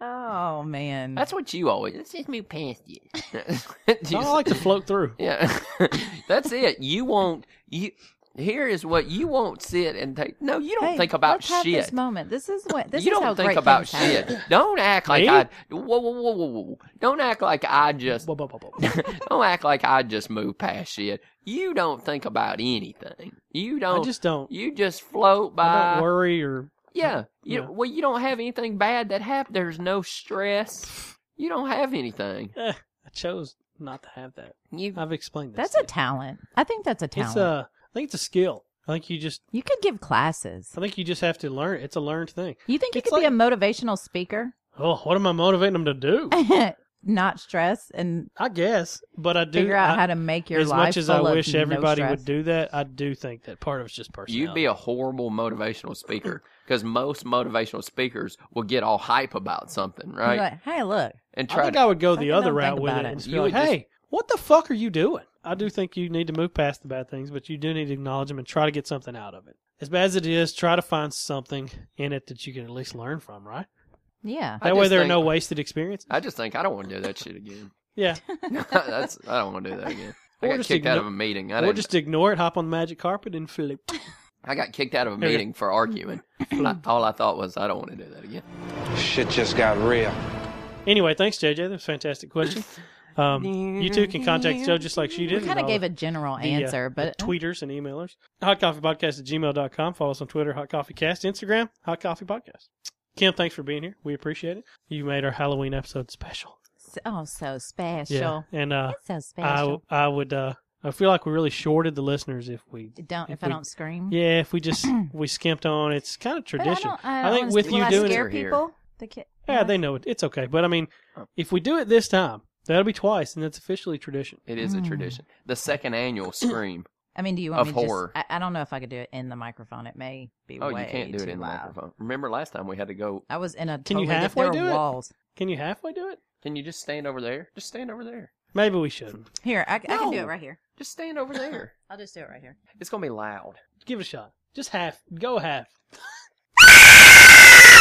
oh man,
That's what you always. Let's just move past [LAUGHS] it.
[LAUGHS] No, I like to float through.
[LAUGHS] yeah, [LAUGHS] that's it. You won't. You here is what you won't sit and take. No, you don't
Hey,
think about
let's have
shit.
this moment. This is what this
you
is
don't
how
think
great
about
things happen.
shit. Don't act like
Me?
I. Whoa, whoa, whoa, whoa, whoa! Don't act like I just.
Whoa, whoa, whoa, whoa.
[LAUGHS] don't act like I just move past shit. You don't think about anything. You
I
don't.
just don't.
you just float by.
I don't worry or
Yeah. You,
Yeah.
Well, you don't have anything bad that happened. There's no stress. You don't have anything.
eh, I chose not to have that.
You
I've explained this.
That's
to
a talent. I think that's a
you. It's uh,
talent.
a. I think it's a skill. I think you just.
you could give classes.
I think you just have to learn. It's a learned thing.
You think you
It's
could be a motivational speaker? [LAUGHS]
Oh, what am I motivating them to do?
Not stress and
I guess, but I do
figure out
I-
how to make your
as
life
much as I
full of
wish
no
everybody
stress.
would do that. I do think that part of it's just personality.
You'd be a horrible motivational speaker because most motivational speakers will get all hype about something,
You're
right?
Like, hey, look,
And
I
try
think
to.
I would go
I
the
can
other
don't
route
think
with
about
it
it.
and just be
You
like,
would just-
"Hey, what the fuck are you doing? I do think you need to move past the bad things, but you do need to acknowledge them and try to get something out of it. As bad as it is, try to find something in it that you can at least learn from, right?
Yeah.
I
That way
just
there are
think-
no
[LAUGHS]
wasted experiences.
I just think I don't want to do that shit again. [LAUGHS]
Yeah.
That's I don't want to do that again. I
Or
got
just
kicked out of
igno-
a meeting. I
or
didn't,
just ignore it, hop on the magic carpet, and flip.
I got kicked out of a
There you go.
meeting for arguing. I, all I thought was I don't want to do that again.
Shit just got real.
Anyway, thanks, JJ. That was a fantastic question. Um, you too can contact Joe just like she did.
We kind of gave a general
uh,
answer, but
tweeters and emailers. Hotcoffeepodcast at gmail.com. Follow us on Twitter, Hot Coffee Cast, Instagram, Hot Coffee Podcast. Kim, thanks for being here. We appreciate it. You made our Halloween episode special.
oh, so special.
And uh,
It's so
I,
special.
I would, uh, I feel like we really shorted the listeners if we,
don't if
if we-
I don't scream.
yeah, if we just, we skimped on. It's kind of
But I
tradition.
don't-
I
don't
think
wanna-
with
will
you
I
doing it-
scare
Here.
people, the kid.
Yeah, they know it. It's okay. But I mean, if we do it this time, that'll be twice, and that's officially tradition.
It is a tradition. The second annual scream.
I mean, do you want
Of
me to just-
horror.
I, I don't know if I could do it in the microphone. It may be
Oh,
way
you can't do it
too
in the
loud.
microphone. Remember last time we had to go.
I was in a
Can
totally
you
diff-
halfway
there were
do it?
walls.
Can you halfway do it?
Can you just stand over there? Just stand over there.
Maybe we shouldn't.
Here, I, I can do
No.
it right here.
Just stand over there.
I'll just do it right here.
It's gonna be loud.
Give it a shot. Just half. Go half. [LAUGHS]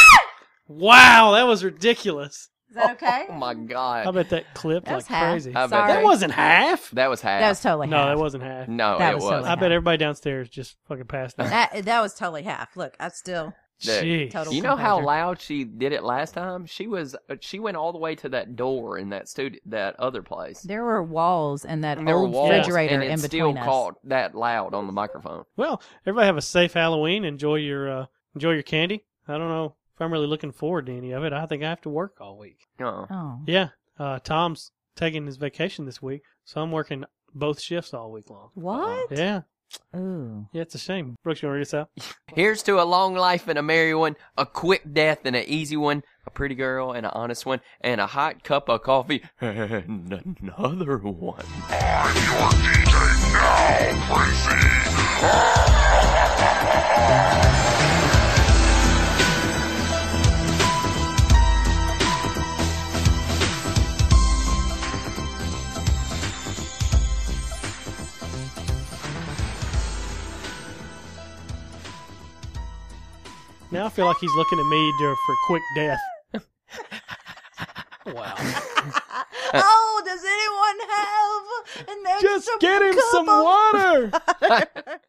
wow, that was ridiculous.
Is that okay?
Oh my
I
god.
bet that clipped
that
like
was half.
crazy.
I bet
Sorry.
That wasn't half.
That was half.
That was totally
no,
half.
it wasn't half.
no,
that
it
was
was.
totally
I bet everybody downstairs just fucking passed [LAUGHS] out.
That that was totally half. Look, I still
There.
Jeez.
Total-
You know how
composure.
loud she did it last time? She was uh, she went all the way to that door in that studio, that other place.
there were walls and that
And there were
old
walls,
refrigerator
and
in
it
between
still
us.
caught that loud on the microphone.
Well, everybody have a safe Halloween. Enjoy your uh, enjoy your candy. I don't know if I'm really looking forward to any of it. I think I have to work all week.
Uh-uh.
Oh,
Yeah, uh, Tom's taking his vacation this week, so I'm working both shifts all week long.
what?
Yeah,
[LAUGHS]
Ooh,
yeah, it's a shame. Brooks, you want to read us out?
Here's to a long life and a merry one, a quick death and an easy one, a pretty girl and an honest one, and a hot cup of coffee [LAUGHS] and another one.
Now I feel like he's looking at me to, for quick death. wow.
oh, does anyone have an extra
Just get him
cup of-
[LAUGHS] some water.